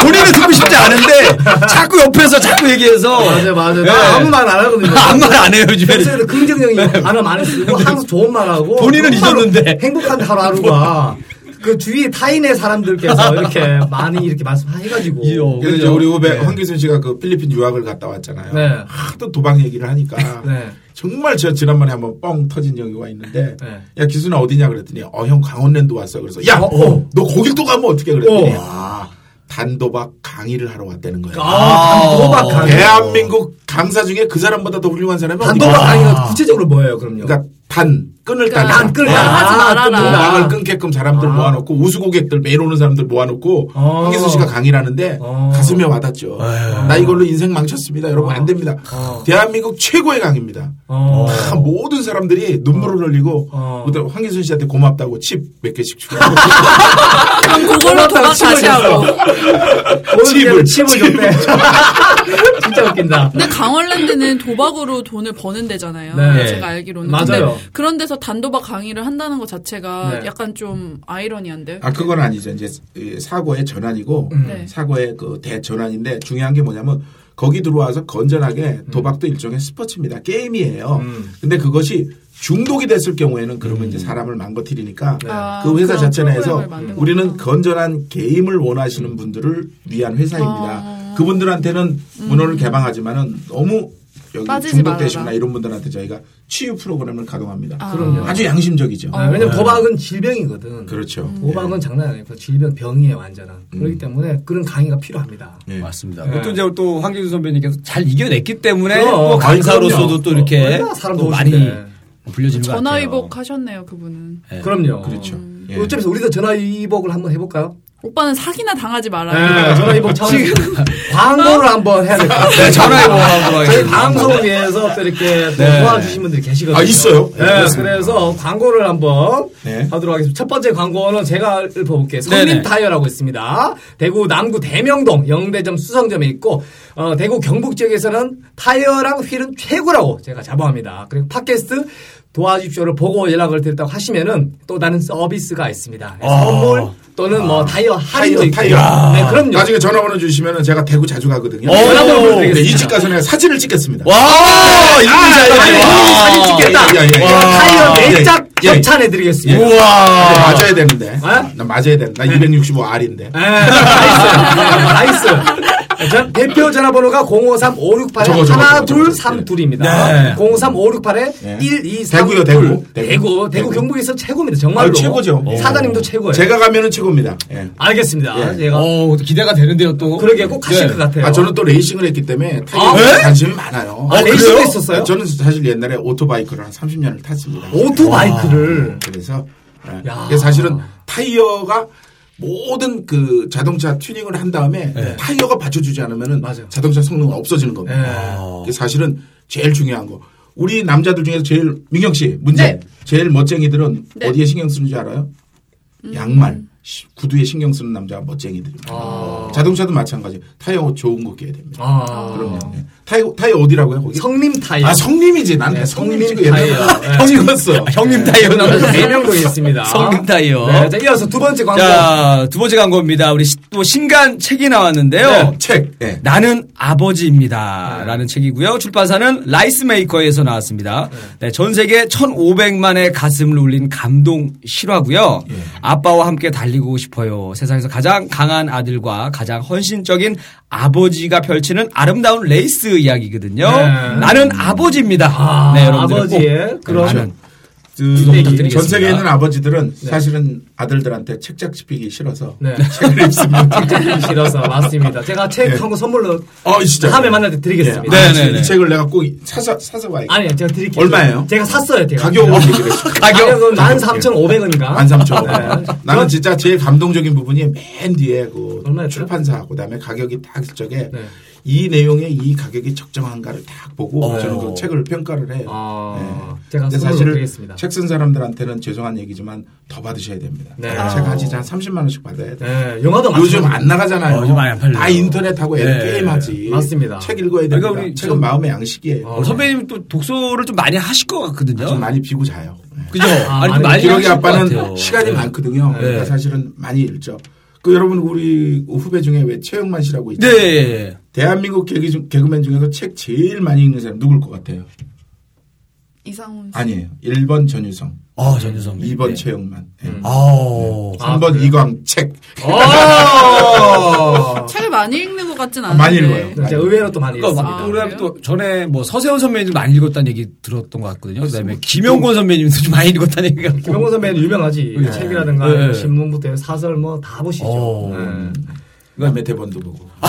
Speaker 5: 본인은 듣고 싶지 않은데 자꾸 옆에서 자꾸 얘기해서
Speaker 2: 맞아 맞아.
Speaker 5: 예.
Speaker 2: 나 아무 말 안 하거든요.
Speaker 5: 아무 말 안 해요 요즘에.
Speaker 2: 평소에도 긍정적인 단어 많이 쓰고 항상 좋은 말하고
Speaker 5: 본인은
Speaker 2: 정말로
Speaker 5: 잊었는데.
Speaker 2: 행복한 하루하루가 그 주위 타인의 사람들께서 이렇게 많이 이렇게 말씀해가지고
Speaker 5: 이요.
Speaker 6: 그래서 이제
Speaker 5: 그죠?
Speaker 6: 우리 후배
Speaker 2: 네.
Speaker 6: 황기순 씨가 그 필리핀 유학을 갔다 왔잖아요.
Speaker 2: 네.
Speaker 6: 하도 도박 얘기를 하니까
Speaker 2: [laughs] 네.
Speaker 6: 정말 제가 지난번에 한번 뻥 터진 경우가 있는데
Speaker 2: 네.
Speaker 6: 야 기순아 어디냐 그랬더니 어 형 강원랜드 왔어. 그래서 야 너
Speaker 2: 어, 어.
Speaker 6: 거길 또 가면 어떻게 그랬더니
Speaker 2: 어.
Speaker 6: 아 단도박 강의를 하러 왔다는 거야.
Speaker 2: 아, 단도박 강의.
Speaker 6: 대한민국 강사 중에 그 사람보다 더 훌륭한 사람이 어디
Speaker 2: 단도박
Speaker 6: 있어?
Speaker 5: 아.
Speaker 2: 강의가 구체적으로 뭐예요 그럼요?
Speaker 6: 그러니까 단 끊을
Speaker 7: 그러니까
Speaker 6: 단
Speaker 2: 안 끌려.
Speaker 7: 아, 하지 말아라.
Speaker 2: 또
Speaker 7: 아.
Speaker 6: 낙을 끊게끔 사람들
Speaker 2: 아.
Speaker 6: 모아놓고 우수 고객들 매일 오는 사람들 모아놓고
Speaker 2: 어.
Speaker 6: 황기순 씨가 강의를 하는데
Speaker 2: 어.
Speaker 6: 가슴에 와닿죠. 나 이걸로 인생 망쳤습니다. 여러분 안 됩니다.
Speaker 2: 어.
Speaker 6: 대한민국 최고의 강의입니다.
Speaker 2: 어.
Speaker 6: 다 모든 사람들이 눈물을 흘리고
Speaker 2: 어.
Speaker 6: 그때 황기순 씨한테 고맙다고 칩 몇 개씩 주고
Speaker 7: 그럼 그걸로 도박 다시 하고.
Speaker 2: 칩을 칩을 줬대. [laughs] 진짜 웃긴다.
Speaker 7: 근데 강원랜드는 도박으로 돈을 버는 데잖아요.
Speaker 2: 네.
Speaker 7: 제가 알기로는.
Speaker 2: 맞아요.
Speaker 7: 근데 그런 데서 단도박 강의를 한다는 것 자체가
Speaker 2: 네.
Speaker 7: 약간 좀 아이러니한데.
Speaker 6: 아 그건 아니죠. 이제 이 사고의 전환이고
Speaker 2: 음.
Speaker 7: 네.
Speaker 6: 사고의 그 대전환인데 중요한 게 뭐냐면 거기 들어와서 건전하게 도박도 일종의 스포츠입니다. 게임이에요.
Speaker 2: 음.
Speaker 6: 근데 그것이 중독이 됐을 경우에는 그러면 이제 사람을 망가뜨리니까
Speaker 2: 네.
Speaker 7: 아,
Speaker 6: 그 회사
Speaker 7: 그런
Speaker 6: 자체 내에서
Speaker 7: 프로그램을 만든
Speaker 6: 우리는
Speaker 7: 거구나.
Speaker 6: 건전한 게임을 원하시는 분들을 위한 회사입니다.
Speaker 7: 아. 음.
Speaker 6: 그분들한테는 문호를 개방하지만은 너무 여기
Speaker 7: 빠지지
Speaker 6: 중독되시거나
Speaker 7: 말아라.
Speaker 6: 이런 분들한테 저희가 치유 프로그램을 가동합니다.
Speaker 7: 아. 어.
Speaker 2: 그럼요.
Speaker 6: 아주 양심적이죠.
Speaker 2: 아, 왜냐면 도박은 질병이거든.
Speaker 6: 그렇죠. 음.
Speaker 2: 도박은 장난 아니고 질병 병이에요 완전한. 그렇기 때문에 그런 강의가 필요합니다.
Speaker 6: 예.
Speaker 5: 맞습니다.
Speaker 2: 네.
Speaker 5: 또 이제 또 황기준 선배님께서 잘 이겨냈기 때문에
Speaker 2: 그럼.
Speaker 5: 또 강사로서도
Speaker 2: 아니,
Speaker 5: 또
Speaker 2: 그럼요.
Speaker 5: 이렇게
Speaker 2: 얼마나 사람
Speaker 5: 또 많이
Speaker 2: 도우신데.
Speaker 5: 불려지는 것 같아요.
Speaker 7: 전화위복 하셨네요, 그분은.
Speaker 5: 네.
Speaker 2: 그럼요.
Speaker 6: 그렇죠. 예.
Speaker 2: 어차피 우리도 전화 위복을 한번 해볼까요?
Speaker 7: 오빠는 사기나 당하지 말아요.
Speaker 2: 네, 전화 위복 차원에서 광고를 한번 해야 될 것 같아요.
Speaker 5: 네, 전화위복하고
Speaker 2: 저희
Speaker 5: 하겠습니다.
Speaker 2: 방송을 위해서 또 이렇게 또
Speaker 5: 네.
Speaker 2: 도와주신 분들이 계시거든요.
Speaker 6: 아, 있어요?
Speaker 2: 네,
Speaker 6: 네, 그렇습니다.
Speaker 2: 그래서 광고를 한번
Speaker 6: 네.
Speaker 2: 하도록 하겠습니다. 첫 번째 광고는 제가 읽어볼게요.
Speaker 5: 네네.
Speaker 2: 성림 타이어라고 있습니다. 대구 남구 대명동 영대점 수성점에 있고 어, 대구 경북 지역에서는 타이어랑 휠은 최고라고 제가 자부합니다. 그리고 팟캐스트 도와주십시오를 보고 연락을 드렸다고 하시면은 또 다른 서비스가 있습니다.
Speaker 6: 아.
Speaker 2: 선물 또는 뭐 타이어 할인도 있고
Speaker 6: 타이어, 타이어.
Speaker 2: 네, 그럼요.
Speaker 6: 나중에 전화번호 주시면 제가 대구 자주 가거든요.
Speaker 2: 전화번호
Speaker 6: 네,
Speaker 2: 보내드리겠습니다.
Speaker 6: 이집 가서 내가 사진을 찍겠습니다. 네,
Speaker 5: 와, 이분
Speaker 2: 사진
Speaker 5: 잘
Speaker 2: 찍겠다.
Speaker 6: 예, 예, 예.
Speaker 2: 제가 타이어
Speaker 6: 예, 예.
Speaker 2: 내짝
Speaker 6: 예.
Speaker 2: 협찬해드리겠습니다.
Speaker 6: 근데
Speaker 5: 우와.
Speaker 6: 맞아야 되는데. 나 맞아야 돼. 나 265R인데.
Speaker 2: 예, 다 있어요. 다 있어요. 전- 그렇죠? 대표 전화번호가 053-568에
Speaker 6: 저거, 저거,
Speaker 2: 하나
Speaker 6: 저거, 저거,
Speaker 2: 둘
Speaker 6: 저거.
Speaker 2: 삼 둘입니다.
Speaker 5: 네.
Speaker 2: 053-568에
Speaker 6: 네.
Speaker 2: 1 2 3
Speaker 6: 대구요, 대구.
Speaker 2: 대구, 대구,
Speaker 6: 대구.
Speaker 2: 경북에서 최고입니다. 정말로.
Speaker 6: 아, 최고죠.
Speaker 2: 사장님도 최고예요.
Speaker 6: 제가 가면은 최고입니다. 예.
Speaker 2: 알겠습니다.
Speaker 6: 예.
Speaker 2: 제가
Speaker 5: 어, 기대가 되는데요 또.
Speaker 2: 그러게 꼭 가실
Speaker 5: 네.
Speaker 2: 것 같아요.
Speaker 6: 아, 저는 또 레이싱을 했기 때문에
Speaker 2: 아,
Speaker 6: 타이어에 관심이 많아요.
Speaker 2: 아, 레이싱도
Speaker 6: 그래요?
Speaker 2: 했었어요?
Speaker 6: 아, 저는 사실 옛날에 오토바이크를 한 30년을 탔습니다.
Speaker 2: 오토바이크를
Speaker 6: 그래서 예.
Speaker 2: 야.
Speaker 6: 이게 사실은 타이어가 모든 그 자동차 튜닝을 한 다음에 타이어가 받쳐주지 않으면은
Speaker 2: 네. 맞아요. 네.
Speaker 6: 자동차 성능은 없어지는 겁니다. 이게 사실은 제일 중요한 거. 우리 남자들 중에서 제일 민경 씨 문제
Speaker 7: 네.
Speaker 6: 제일 멋쟁이들은
Speaker 7: 네. 음.
Speaker 6: 어디에 신경 쓰는지 알아요? 양말, 시- 구두에 신경 쓰는 남자가 멋쟁이들입니다. 자동차도 마찬가지. 타이어 옷 좋은 거 껴야 됩니다.
Speaker 2: 아,
Speaker 6: 그럼요. 예. 타이어 타이어 어디라고요 거기?
Speaker 2: 성림 타이어.
Speaker 6: 아 성림이지. 난
Speaker 2: 네,
Speaker 6: 성림
Speaker 2: 성림
Speaker 6: 찍고 옛날에
Speaker 2: 타이어.
Speaker 6: [laughs]
Speaker 2: 네.
Speaker 6: 형님 봤어.
Speaker 5: 형님 [laughs] 다이어 나오셨어요.
Speaker 2: 대명동에 있습니다.
Speaker 5: 성림 타이어.
Speaker 2: 네, 자, 이어서 두 번째 광고.
Speaker 5: 자, 두 번째 광고입니다. 우리 시- 또 신간 책이 나왔는데요.
Speaker 6: 네, 책. 예.
Speaker 5: 나는 아버지입니다. 라는 책이고요. 출판사는 라이스메이커에서 나왔습니다. 네, 전 세계 1,500만의 가슴을 울린 감동 실화고요. 아빠와 함께 달리고 싶어요. 세상에서 가장 강한 아들과 가장 헌신적인 아버지가 펼치는 아름다운 레이스 이야기거든요.
Speaker 2: 네.
Speaker 5: 나는 아버지입니다.
Speaker 2: 아,
Speaker 5: 네, 여러분들
Speaker 2: 아버지의
Speaker 5: 꼭
Speaker 2: 그런
Speaker 6: 그,
Speaker 5: 많은
Speaker 6: 전
Speaker 5: 기대기. 부탁드리겠습니다.
Speaker 6: 세계에 있는 아버지들은 사실은 아들들한테 책장 집히기 싫어서
Speaker 2: 네.
Speaker 6: 책을 읽습니다. [laughs]
Speaker 2: 책장이 싫어서 맞습니다. 제가 책 한 권 선물로
Speaker 6: 어, 예. 진짜.
Speaker 2: 다음에 만날 때 드리겠습니다.
Speaker 6: 네, 아,
Speaker 5: 네, 네, 네.
Speaker 6: 이 책을 내가 꼭 사서 사서 와야겠다.
Speaker 2: 아니요, 네, 제가 드릴게요.
Speaker 6: 얼마예요?
Speaker 2: 제가 샀어요, 제가.
Speaker 6: 가격을 얘기를 했어.
Speaker 2: [laughs] 가격은 13,500원인가? 네.
Speaker 6: 만 네. 삼천 원. 나는
Speaker 2: 아? 그럼-
Speaker 6: 진짜 제일 감동적인 부분이 맨 뒤에 그
Speaker 2: 얼마였죠?
Speaker 6: 출판사하고 그다음에 가격이 딱 저게
Speaker 2: 네.
Speaker 6: 이 내용에 이 가격이 적정한가를 딱 보고 저는 그 책을 평가를 해요.
Speaker 2: 아,
Speaker 6: 네.
Speaker 2: 제가
Speaker 6: 근데
Speaker 2: 선물로
Speaker 6: 사실은
Speaker 2: 드리겠습니다.
Speaker 6: 책 쓴 사람들한테는 죄송한 얘기지만 더 받으셔야 됩니다.
Speaker 2: 네.
Speaker 6: 책 한 진짜 한 30만 원씩 받아야 돼요.
Speaker 2: 네, 영화도
Speaker 6: 요즘
Speaker 2: 마찬가지고.
Speaker 6: 안 나가잖아요.
Speaker 3: 어, 요즘 많이 안 팔려요.
Speaker 6: 다 인터넷하고 애들
Speaker 3: 네.
Speaker 6: 게임하지.
Speaker 2: 맞습니다.
Speaker 6: 책 읽어야 됩니다.
Speaker 5: 그러니까 우리
Speaker 6: 책은
Speaker 5: 저-
Speaker 6: 마음의 양식이에요.
Speaker 2: 어.
Speaker 5: 어, 선배님 또 독서를 좀 많이 하실 것 같거든요.
Speaker 6: 아, 좀 많이 비고 자요. 네.
Speaker 5: 그죠?
Speaker 2: 아,
Speaker 5: 아니,
Speaker 2: 많이
Speaker 5: 많이
Speaker 6: 기러기
Speaker 5: 하실 것
Speaker 6: 아빠는
Speaker 5: 같아요.
Speaker 6: 시간이
Speaker 5: 네.
Speaker 6: 많거든요.
Speaker 5: 네.
Speaker 6: 그러니까 사실은 많이 읽죠. 그 여러분 우리 후배 중에 왜 최영만 씨라고 있죠?
Speaker 5: 네.
Speaker 6: 대한민국 개그 중- 개그맨 중에서 책 제일 많이 읽는 사람 누굴 것 같아요?
Speaker 7: 이상훈 씨.
Speaker 6: 아니에요. 1번 전유성,
Speaker 5: 아, 전유성.
Speaker 6: 2번 최영만, 네.
Speaker 2: 음.
Speaker 5: 아오.
Speaker 6: 3번 이광책.
Speaker 2: 어!
Speaker 7: 책을 많이 읽는 것 같진 않은데.
Speaker 6: 많이 읽어요.
Speaker 2: 진짜 네, 의외로 또 많이
Speaker 5: 그러니까
Speaker 2: 있습니다.
Speaker 5: 막
Speaker 7: 아,
Speaker 5: 우리가
Speaker 7: 그래요?
Speaker 5: 또 전에 뭐 서세원 선배님도 많이 읽었다는 얘기 들었던 것 같거든요. 그다음에 김용곤 선배님도 좀 많이 읽었다는 얘기가.
Speaker 2: 김영호 선배는 유명하지.
Speaker 6: 예.
Speaker 5: 네.
Speaker 2: 책이라든가
Speaker 5: 네.
Speaker 2: 신문부터 사설 뭐 다 보시죠.
Speaker 5: 어.
Speaker 2: 네.
Speaker 6: 그다음에 대본도 보고.
Speaker 5: 아,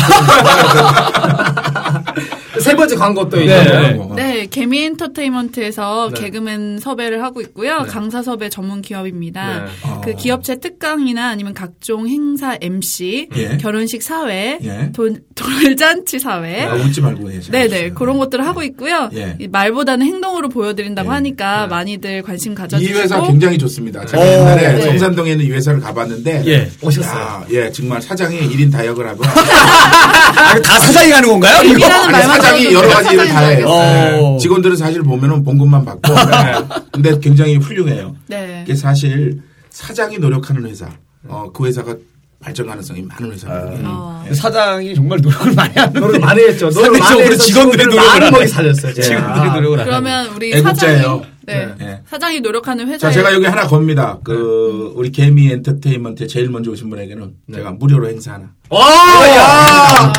Speaker 2: 세 번째 광고 또
Speaker 6: 아,
Speaker 5: 네.
Speaker 2: 이제
Speaker 6: 어.
Speaker 7: 네, 개미 엔터테인먼트에서
Speaker 2: 네.
Speaker 7: 개그맨 섭외를 하고
Speaker 6: 네.
Speaker 7: 있고요. 강사 섭외 전문 기업입니다.
Speaker 2: 네.
Speaker 6: 어.
Speaker 7: 그 기업체 특강이나 아니면 각종 행사 MC,
Speaker 6: 예.
Speaker 7: 결혼식 사회,
Speaker 6: 예.
Speaker 7: 돌, 돌잔치 사회,
Speaker 6: 아, 웃지 말고 해.
Speaker 7: 네네 그런 것들을 하고 있고요.
Speaker 6: 예.
Speaker 7: 이 말보다는 행동으로 보여드린다고
Speaker 6: 예.
Speaker 7: 하니까 많이들 관심
Speaker 6: 이
Speaker 7: 가져주시고 어.
Speaker 6: 회사 굉장히 좋습니다. 제가
Speaker 5: 오,
Speaker 6: 옛날에
Speaker 5: 네.
Speaker 6: 정산동에 있는 이 회사를 가봤는데
Speaker 5: 예.
Speaker 2: 오셨어요.
Speaker 6: 야, 예, 정말 사장이 1인 다역을 하고
Speaker 5: 아, 이거 다 사장이 가는 건가요? 이거? 아,
Speaker 7: 일이라는 [laughs] 말만
Speaker 6: 사장이
Speaker 7: 들어도
Speaker 6: 여러 가지 일을 다
Speaker 7: 사장인 줄
Speaker 6: 해요.
Speaker 5: 알겠어요. 네.
Speaker 6: 네. 직원들은 사실 보면은 봉급만 받고 네. 근데 굉장히 훌륭해요.
Speaker 7: 네.
Speaker 6: 이게 사실 사장이 노력하는 회사, 어, 그 회사가 발전 가능성이 많은 회사거든요.
Speaker 5: 아.
Speaker 7: 어.
Speaker 5: 네, 사장이 정말 노력을 많이 하는
Speaker 2: 노력을 많이 했죠. 노력을 많이
Speaker 5: 상대적으로
Speaker 2: 해서
Speaker 5: 직원들의
Speaker 2: 직원들을
Speaker 5: 노력을
Speaker 2: 많이
Speaker 5: 안
Speaker 2: 먹이
Speaker 5: 하네.
Speaker 2: 살렸어요. 제가.
Speaker 5: 친구들이 노력을 안 하는.
Speaker 7: 그러면 우리
Speaker 6: 애국자예요.
Speaker 7: 사장이 네.
Speaker 6: 네.
Speaker 7: 사장이 노력하는 회사에
Speaker 6: 자, 제가 여기 하나 겁니다.
Speaker 2: 네.
Speaker 6: 그 우리 개미 엔터테인먼트에 제일 먼저 오신 분에게는 제가 무료로 행사 하나.
Speaker 2: 어,
Speaker 6: 아!
Speaker 2: 야!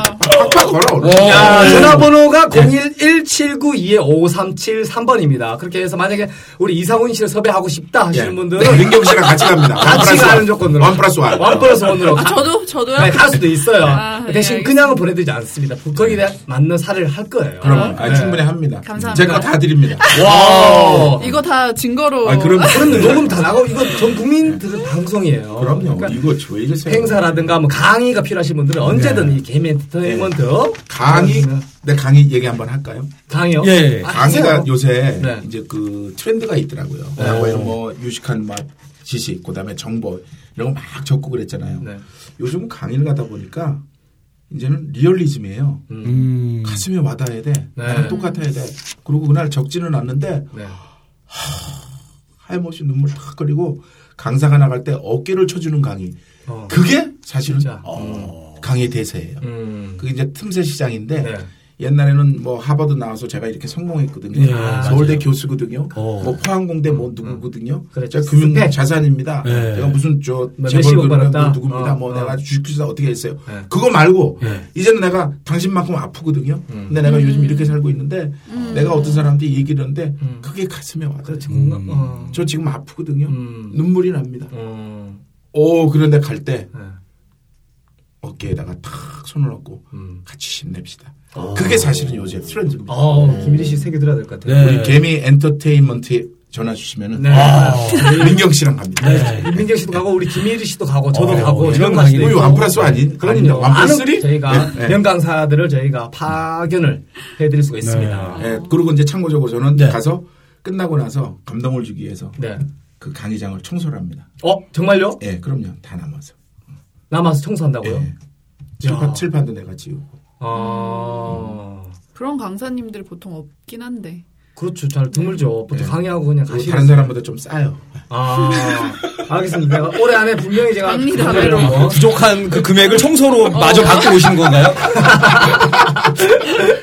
Speaker 6: 팍팍 걸어 네. 올라.
Speaker 2: 야, 전화번호가 011-792-5373번입니다. 그렇게 해서 만약에 우리 이상훈 씨를 섭외하고 싶다
Speaker 6: 네.
Speaker 2: 하시는 분들은
Speaker 6: 민경 씨랑 같이 갑니다. 원
Speaker 2: 같이
Speaker 6: 플러스
Speaker 2: 가는
Speaker 6: 원.
Speaker 2: 조건으로.
Speaker 6: 원 플러스 원.
Speaker 2: 원 플러스 원으로.
Speaker 7: 아, 저도 저도요.
Speaker 2: 네, 할 수도 있어요.
Speaker 7: 아, 네,
Speaker 2: 대신
Speaker 7: 알겠습니다.
Speaker 2: 그냥은 보내드리지 않습니다. 거기에 대한 맞는 사례를 할 거예요.
Speaker 6: 그럼 아, 충분히 합니다.
Speaker 7: 감사합니다.
Speaker 6: 제 거 다 드립니다.
Speaker 2: 네. 와.
Speaker 7: 이거 다 증거로
Speaker 6: 아, 그럼
Speaker 2: 그럼 녹음 다 나가고 이거 전 국민들은 방송이에요.
Speaker 6: 그럼요.
Speaker 2: 그러니까
Speaker 6: 이거 저 이러세요.
Speaker 2: 행사라든가 뭐 강의가 필요하신 분들은 언제든 이 게임 엔터테인먼트
Speaker 6: 네. 강의
Speaker 2: 네.
Speaker 6: 내 강의 얘기 한번 할까요?
Speaker 2: 강의요?
Speaker 5: 예.
Speaker 2: 아,
Speaker 6: 강의가
Speaker 2: 하세요.
Speaker 6: 요새
Speaker 2: 네.
Speaker 6: 이제 그 트렌드가 있더라고요. 과거에 뭐 유식한 막 지식, 그다음에 정보 이런 거 막 적고 그랬잖아요.
Speaker 2: 네.
Speaker 6: 요즘 은 강의를 가다 보니까 이제는 리얼리즘이에요.
Speaker 5: 음.
Speaker 6: 가슴에 와닿아야 돼. 나랑 똑같아야 돼. 그리고 그날 적지는 않는데
Speaker 2: 네.
Speaker 6: 하염없이 눈물 탁 거리고 강사가 나갈 때 어깨를 쳐주는 강의.
Speaker 2: 어.
Speaker 6: 그게 사실은
Speaker 2: 진짜.
Speaker 6: 어, 강의 대세예요.
Speaker 2: 음.
Speaker 6: 그게 이제 틈새 시장인데
Speaker 2: 네.
Speaker 6: 옛날에는 뭐 하버드 나와서 제가 이렇게 성공했거든요.
Speaker 2: 아,
Speaker 6: 서울대 교수거든요. 뭐 포항공대 뭐 누구거든요.
Speaker 2: 그렇죠.
Speaker 6: 제가 금융
Speaker 2: 스펙.
Speaker 6: 자산입니다.
Speaker 5: 네.
Speaker 6: 제가 무슨 저
Speaker 2: 뭐
Speaker 6: 재벌
Speaker 2: 몇십억
Speaker 6: 그룹의
Speaker 2: 벌었다.
Speaker 6: 뭐 누구입니다.
Speaker 2: 어,
Speaker 6: 뭐
Speaker 2: 어.
Speaker 6: 내가 주식투자 어떻게 했어요.
Speaker 2: 네.
Speaker 6: 그거 말고 이제는 내가 당신만큼 아프거든요.
Speaker 2: 음.
Speaker 6: 근데 내가 요즘 이렇게 살고 있는데 내가 어떤 사람한테 얘기를 하는데 그게 가슴에 와닿아요.
Speaker 2: 음.
Speaker 6: 음.
Speaker 2: 뭔가, 어.
Speaker 6: 저 지금 아프거든요.
Speaker 2: 음.
Speaker 6: 눈물이 납니다.
Speaker 2: 음.
Speaker 6: 오 그런데 갈 때
Speaker 2: 네.
Speaker 6: 어깨에다가 탁 손을 얹고
Speaker 2: 음.
Speaker 6: 같이 힘냅시다. 그게 사실은 요새 트렌드입니다.
Speaker 2: 어, 김일희 씨 세계 들어야 될 것 같아요.
Speaker 6: 우리 개미 엔터테인먼트에 전화 주시면은 아,
Speaker 2: 네.
Speaker 6: 민경 씨랑 갑니다.
Speaker 2: 민경 씨도 가고 우리 김일희 씨도 가고
Speaker 6: 어,
Speaker 2: 저도 가고
Speaker 5: 네.
Speaker 2: 이런 강의도
Speaker 5: 이런 강의도
Speaker 6: 우리
Speaker 2: 있고.
Speaker 6: 완 플러스 아닌 아닙니다. 그러니까
Speaker 2: 그럼요.
Speaker 6: 완 플러스
Speaker 2: 많은
Speaker 6: 3?
Speaker 2: 저희가
Speaker 6: 예, 예.
Speaker 2: 명강사들을 저희가 파견을 해드릴 수가 있습니다.
Speaker 6: 예, 그리고 이제 참고적으로 저는 가서 끝나고 나서 감동을 주기 위해서
Speaker 2: 네.
Speaker 6: 그 강의장을 청소를 합니다.
Speaker 2: 어 정말요?
Speaker 6: 예, 그럼요. 다 남아서.
Speaker 2: 남아서 청소한다고요?
Speaker 6: 예. 칠판, 칠판도 내가 지우고.
Speaker 2: 아
Speaker 7: 그런 강사님들 보통 없긴 한데.
Speaker 2: 그렇죠. 잘 드물죠. 보통
Speaker 6: 네.
Speaker 2: 강의하고 그냥
Speaker 6: 그리고
Speaker 2: 가시.
Speaker 6: 다른 사람보다 좀 싸요.
Speaker 2: 아 알겠습니다. 내가 올해 안에 분명히 제가
Speaker 7: 갑니다.
Speaker 2: 강의를 뭐
Speaker 6: 네.
Speaker 5: 부족한 그 금액을 청소로 마저 받고 오신 건가요?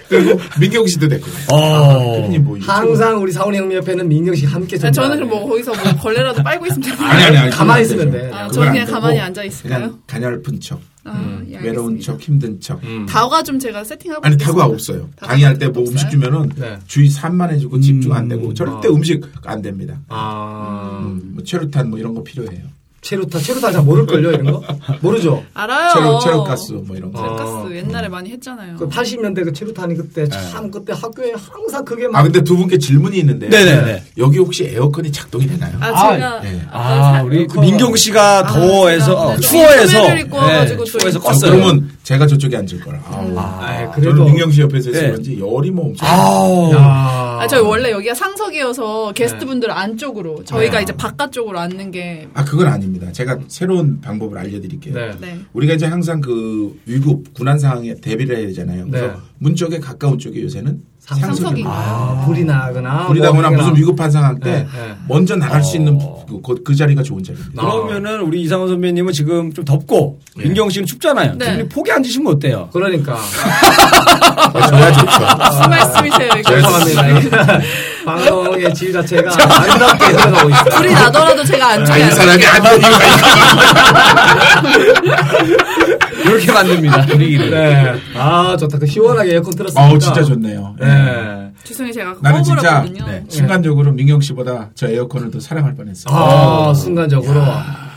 Speaker 6: 그리고 민경 씨도 됐고. 요
Speaker 5: 어.
Speaker 6: 님뭐 보이죠?
Speaker 2: 항상 우리 사원이 형님 옆에는 민경 씨 함께
Speaker 7: 아, 저는
Speaker 2: 존재하는
Speaker 7: 그럼 뭐 거기서 뭐 걸레라도 빨고 있으면 되나요?
Speaker 6: 아니, 아니, 아니.
Speaker 2: 가만히
Speaker 6: 그건
Speaker 2: 있으면
Speaker 6: 안 되죠.
Speaker 2: 돼.
Speaker 7: 아,
Speaker 6: 그건
Speaker 7: 저는 그냥
Speaker 6: 안 되고
Speaker 7: 가만히 앉아 있을까요?
Speaker 6: 그냥 가냘픈 척,
Speaker 7: 아, 예, 알겠습니다.
Speaker 6: 음, 외로운 척, 힘든 척.
Speaker 2: 음.
Speaker 7: 다과 좀 제가 세팅하고
Speaker 6: 아니 다구가
Speaker 7: 오겠습니다.
Speaker 6: 없어요.
Speaker 7: 다구가
Speaker 6: 강의할 때 뭐
Speaker 7: 없어요?
Speaker 6: 음식 주면은
Speaker 2: 네.
Speaker 6: 주의 산만해지고 집중 안 되고 절대
Speaker 2: 아.
Speaker 6: 음식 안 됩니다.
Speaker 2: 아
Speaker 6: 음, 뭐 체류탄 뭐 이런 거 필요해요.
Speaker 2: 체루타 체루타 잘 모를 걸요 이런 거 모르죠.
Speaker 7: 알아요.
Speaker 6: 체류 체류 가스 뭐 이런
Speaker 2: 어.
Speaker 6: 거.
Speaker 7: 체육가스 옛날에 많이 했잖아요.
Speaker 2: 그 80년대 그 체루탄이 그때 참 그때 학교에 항상 그게 막
Speaker 6: 아 근데 두 분께 질문이 있는데
Speaker 5: 네네네.
Speaker 6: 여기 혹시 에어컨이 작동이 되나요?
Speaker 7: 아 제가
Speaker 6: 예.
Speaker 5: 아, 우리 그 민경 씨가 더워해서
Speaker 7: 아,
Speaker 5: 어,
Speaker 7: 네.
Speaker 5: 추워해서 네,
Speaker 7: 소매를 입고 와가지고 또
Speaker 5: 추워해서
Speaker 7: 이렇게.
Speaker 6: 자,
Speaker 5: 껐어요.
Speaker 6: 그러면 제가 저쪽에 앉을 거라. 아우.
Speaker 7: 음.
Speaker 2: 아,
Speaker 6: 저는
Speaker 2: 그래도
Speaker 6: 민경 씨 옆에서 있어서
Speaker 5: 네.
Speaker 6: 그런지 열이 뭐 엄청.
Speaker 5: 아우.
Speaker 2: 야.
Speaker 7: 아, 저희 원래 여기가 상석이어서
Speaker 6: 네.
Speaker 7: 게스트분들 안쪽으로 저희가 이제 바깥쪽으로 앉는 게
Speaker 6: 아 그건 아닙니다. 제가 새로운 방법을 알려드릴게요.
Speaker 2: 네.
Speaker 7: 네.
Speaker 6: 우리가 이제 항상 그 위급 군한 상황에 대비를 해야 되잖아요. 그래서
Speaker 2: 네.
Speaker 6: 문 쪽에 가까운 쪽에 요새는
Speaker 2: 상석이.
Speaker 6: 상석이
Speaker 7: 상석이.
Speaker 2: 아, 불이 나거나
Speaker 6: 불이 나거나
Speaker 2: 뭐
Speaker 6: 무슨 위급한 상황 때
Speaker 2: 네, 어. 네.
Speaker 6: 먼저 나갈 수 있는 그, 그- 그 자리가 좋은 자리입니다.
Speaker 2: 아.
Speaker 5: 그러면은 우리 이상원 선배님은 지금 좀 덥고
Speaker 2: 예.
Speaker 5: 민경 씨는 춥잖아요.
Speaker 7: 네.
Speaker 5: 네. 포기 앉으시면 어때요?
Speaker 2: 그러니까 [laughs]
Speaker 6: 저야 좋죠.
Speaker 7: 무슨 말씀이세요? 이거?
Speaker 2: 죄송합니다. 아, [laughs] 방송의 질 자체가 아름답게 흘러가고 있어요.
Speaker 7: 불이 나더라도 제가 안쪽에
Speaker 6: 아, 이 사람이
Speaker 7: 앉을게요.
Speaker 6: 안 되니까
Speaker 2: [laughs]
Speaker 5: 이렇게 만듭니다. 분위기를.
Speaker 2: 네. 아 좋다. 그 시원하게 에어컨 틀었으니까.
Speaker 6: 어우 진짜 좋네요.
Speaker 2: 네.
Speaker 7: 죄송해요 제가 꺼버렸거든요.
Speaker 6: 나는 진짜 네, 순간적으로 민경 씨보다 저 에어컨을 더 사랑할 뻔했어요.
Speaker 2: 아 순간적으로.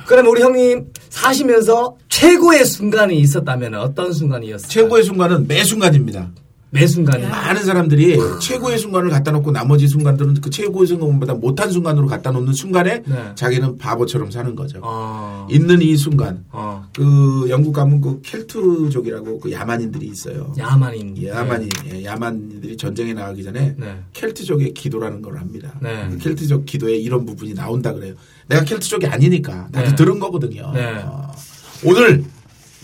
Speaker 2: 그럼 우리 형님 사시면서 최고의 순간이 있었다면 어떤 순간이었어요?
Speaker 6: 최고의 순간은 매 순간입니다.
Speaker 2: 매 순간이.
Speaker 6: 많은 사람들이 최고의 순간을 갖다 놓고 나머지 순간들은 그 최고의 순간보다 못한 순간으로 갖다 놓는 순간에
Speaker 2: 네.
Speaker 6: 자기는 바보처럼 사는 거죠.
Speaker 2: 아.
Speaker 6: 있는 이 순간
Speaker 2: 어.
Speaker 6: 그 영국 가면 그 켈트족이라고 그 야만인들이 있어요.
Speaker 2: 야만인.
Speaker 6: 야만인 예, 야만인들이 전쟁에 나가기 전에
Speaker 2: 네.
Speaker 6: 켈트족의 기도라는 걸 합니다.
Speaker 2: 네.
Speaker 6: 그 켈트족 기도에 이런 부분이 나온다 그래요. 내가 켈트족이 아니니까 나도
Speaker 2: 네.
Speaker 6: 들은 거거든요.
Speaker 2: 네.
Speaker 6: 어, 오늘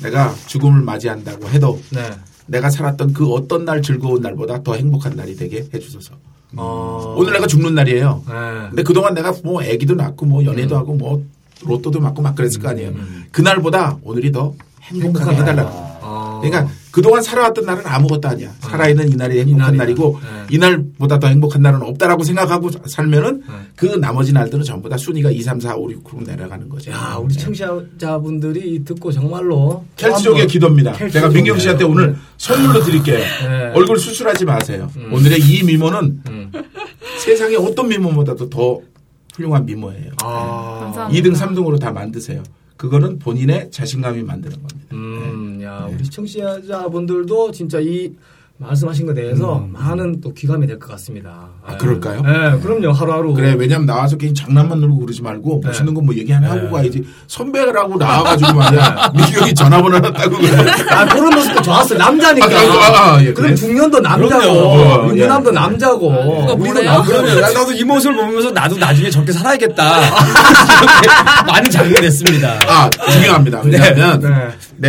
Speaker 6: 내가 죽음을 맞이한다고 해도
Speaker 2: 네.
Speaker 6: 내가 살았던 그 어떤 날 즐거운 날보다 더 행복한 날이 되게 해주소서.
Speaker 2: 어.
Speaker 6: 오늘 내가 죽는 날이에요.
Speaker 2: 네.
Speaker 6: 근데 그동안 내가 뭐 애기도 낳고 뭐 연애도 하고 뭐 로또도 맞고 막 그랬을 거 아니에요. 그날보다 오늘이 더 음. 행복하게
Speaker 2: 행복한
Speaker 6: 해달라고.
Speaker 2: 어.
Speaker 6: 그러니까 그동안 살아왔던 날은 아무것도 아니야. 살아있는 이 음. 날이 행복한
Speaker 2: 날이다.
Speaker 6: 날이고
Speaker 2: 네.
Speaker 6: 이날보다 더 행복한 날은 없다라고 생각하고 살면은 그 나머지 날들은 전부 다 순위가 2, 3, 4, 5, 6, 9로 내려가는 거죠.
Speaker 2: 야, 아, 우리
Speaker 6: 네.
Speaker 2: 청취자분들이 이 듣고 정말로
Speaker 6: 켈트족의 기도입니다.
Speaker 2: 켈트족의
Speaker 6: 제가 민경 씨한테 오늘 선물로 드릴게요.
Speaker 2: 네. 음.
Speaker 6: 얼굴 수술하지 마세요. 오늘의 이 미모는 세상의 어떤 미모보다도 더 훌륭한 미모예요.
Speaker 2: 아.
Speaker 7: 감사합니다.
Speaker 6: 2등, 3등으로 다 만드세요. 그거는 본인의 자신감이 만드는 겁니다.
Speaker 2: 음, 야,
Speaker 6: 네.
Speaker 2: 우리 청취자분들도 진짜 이 말씀하신 것에 대해서 많은 또 귀감이 될 것 같습니다.
Speaker 6: 음. 아,
Speaker 2: 예.
Speaker 6: 그럴까요? 네.
Speaker 2: 예, 그럼요, 하루하루.
Speaker 6: 그래, 왜냐면 나와서 괜히 장난만 놀고 그러지 말고
Speaker 2: 네.
Speaker 6: 멋있는 거 뭐 얘기 하나 하고 가야지. 선배라고
Speaker 2: [laughs]
Speaker 6: 나와가지고 말이야.
Speaker 2: 네.
Speaker 6: 민경이 전화번호 하나 따고 그래.
Speaker 2: 아, 그런 모습도 좋았어요. 남자니까.
Speaker 6: 아, 아, 아, 예,
Speaker 2: 그럼
Speaker 6: 그래.
Speaker 2: 중년도
Speaker 6: 그럼요.
Speaker 2: 남자고,
Speaker 6: 예. 아, 네.
Speaker 2: 유부남도 남자고.
Speaker 7: 누가
Speaker 2: 우리도
Speaker 7: 뭐래요?
Speaker 2: 남자고.
Speaker 5: 아, 그러면 나- 나도 이 모습을 보면서 나도 나중에 저렇게 살아야겠다. [laughs] 이렇게 많이 작용됐습니다.
Speaker 6: 아, 중요합니다. 왜냐하면
Speaker 2: 네.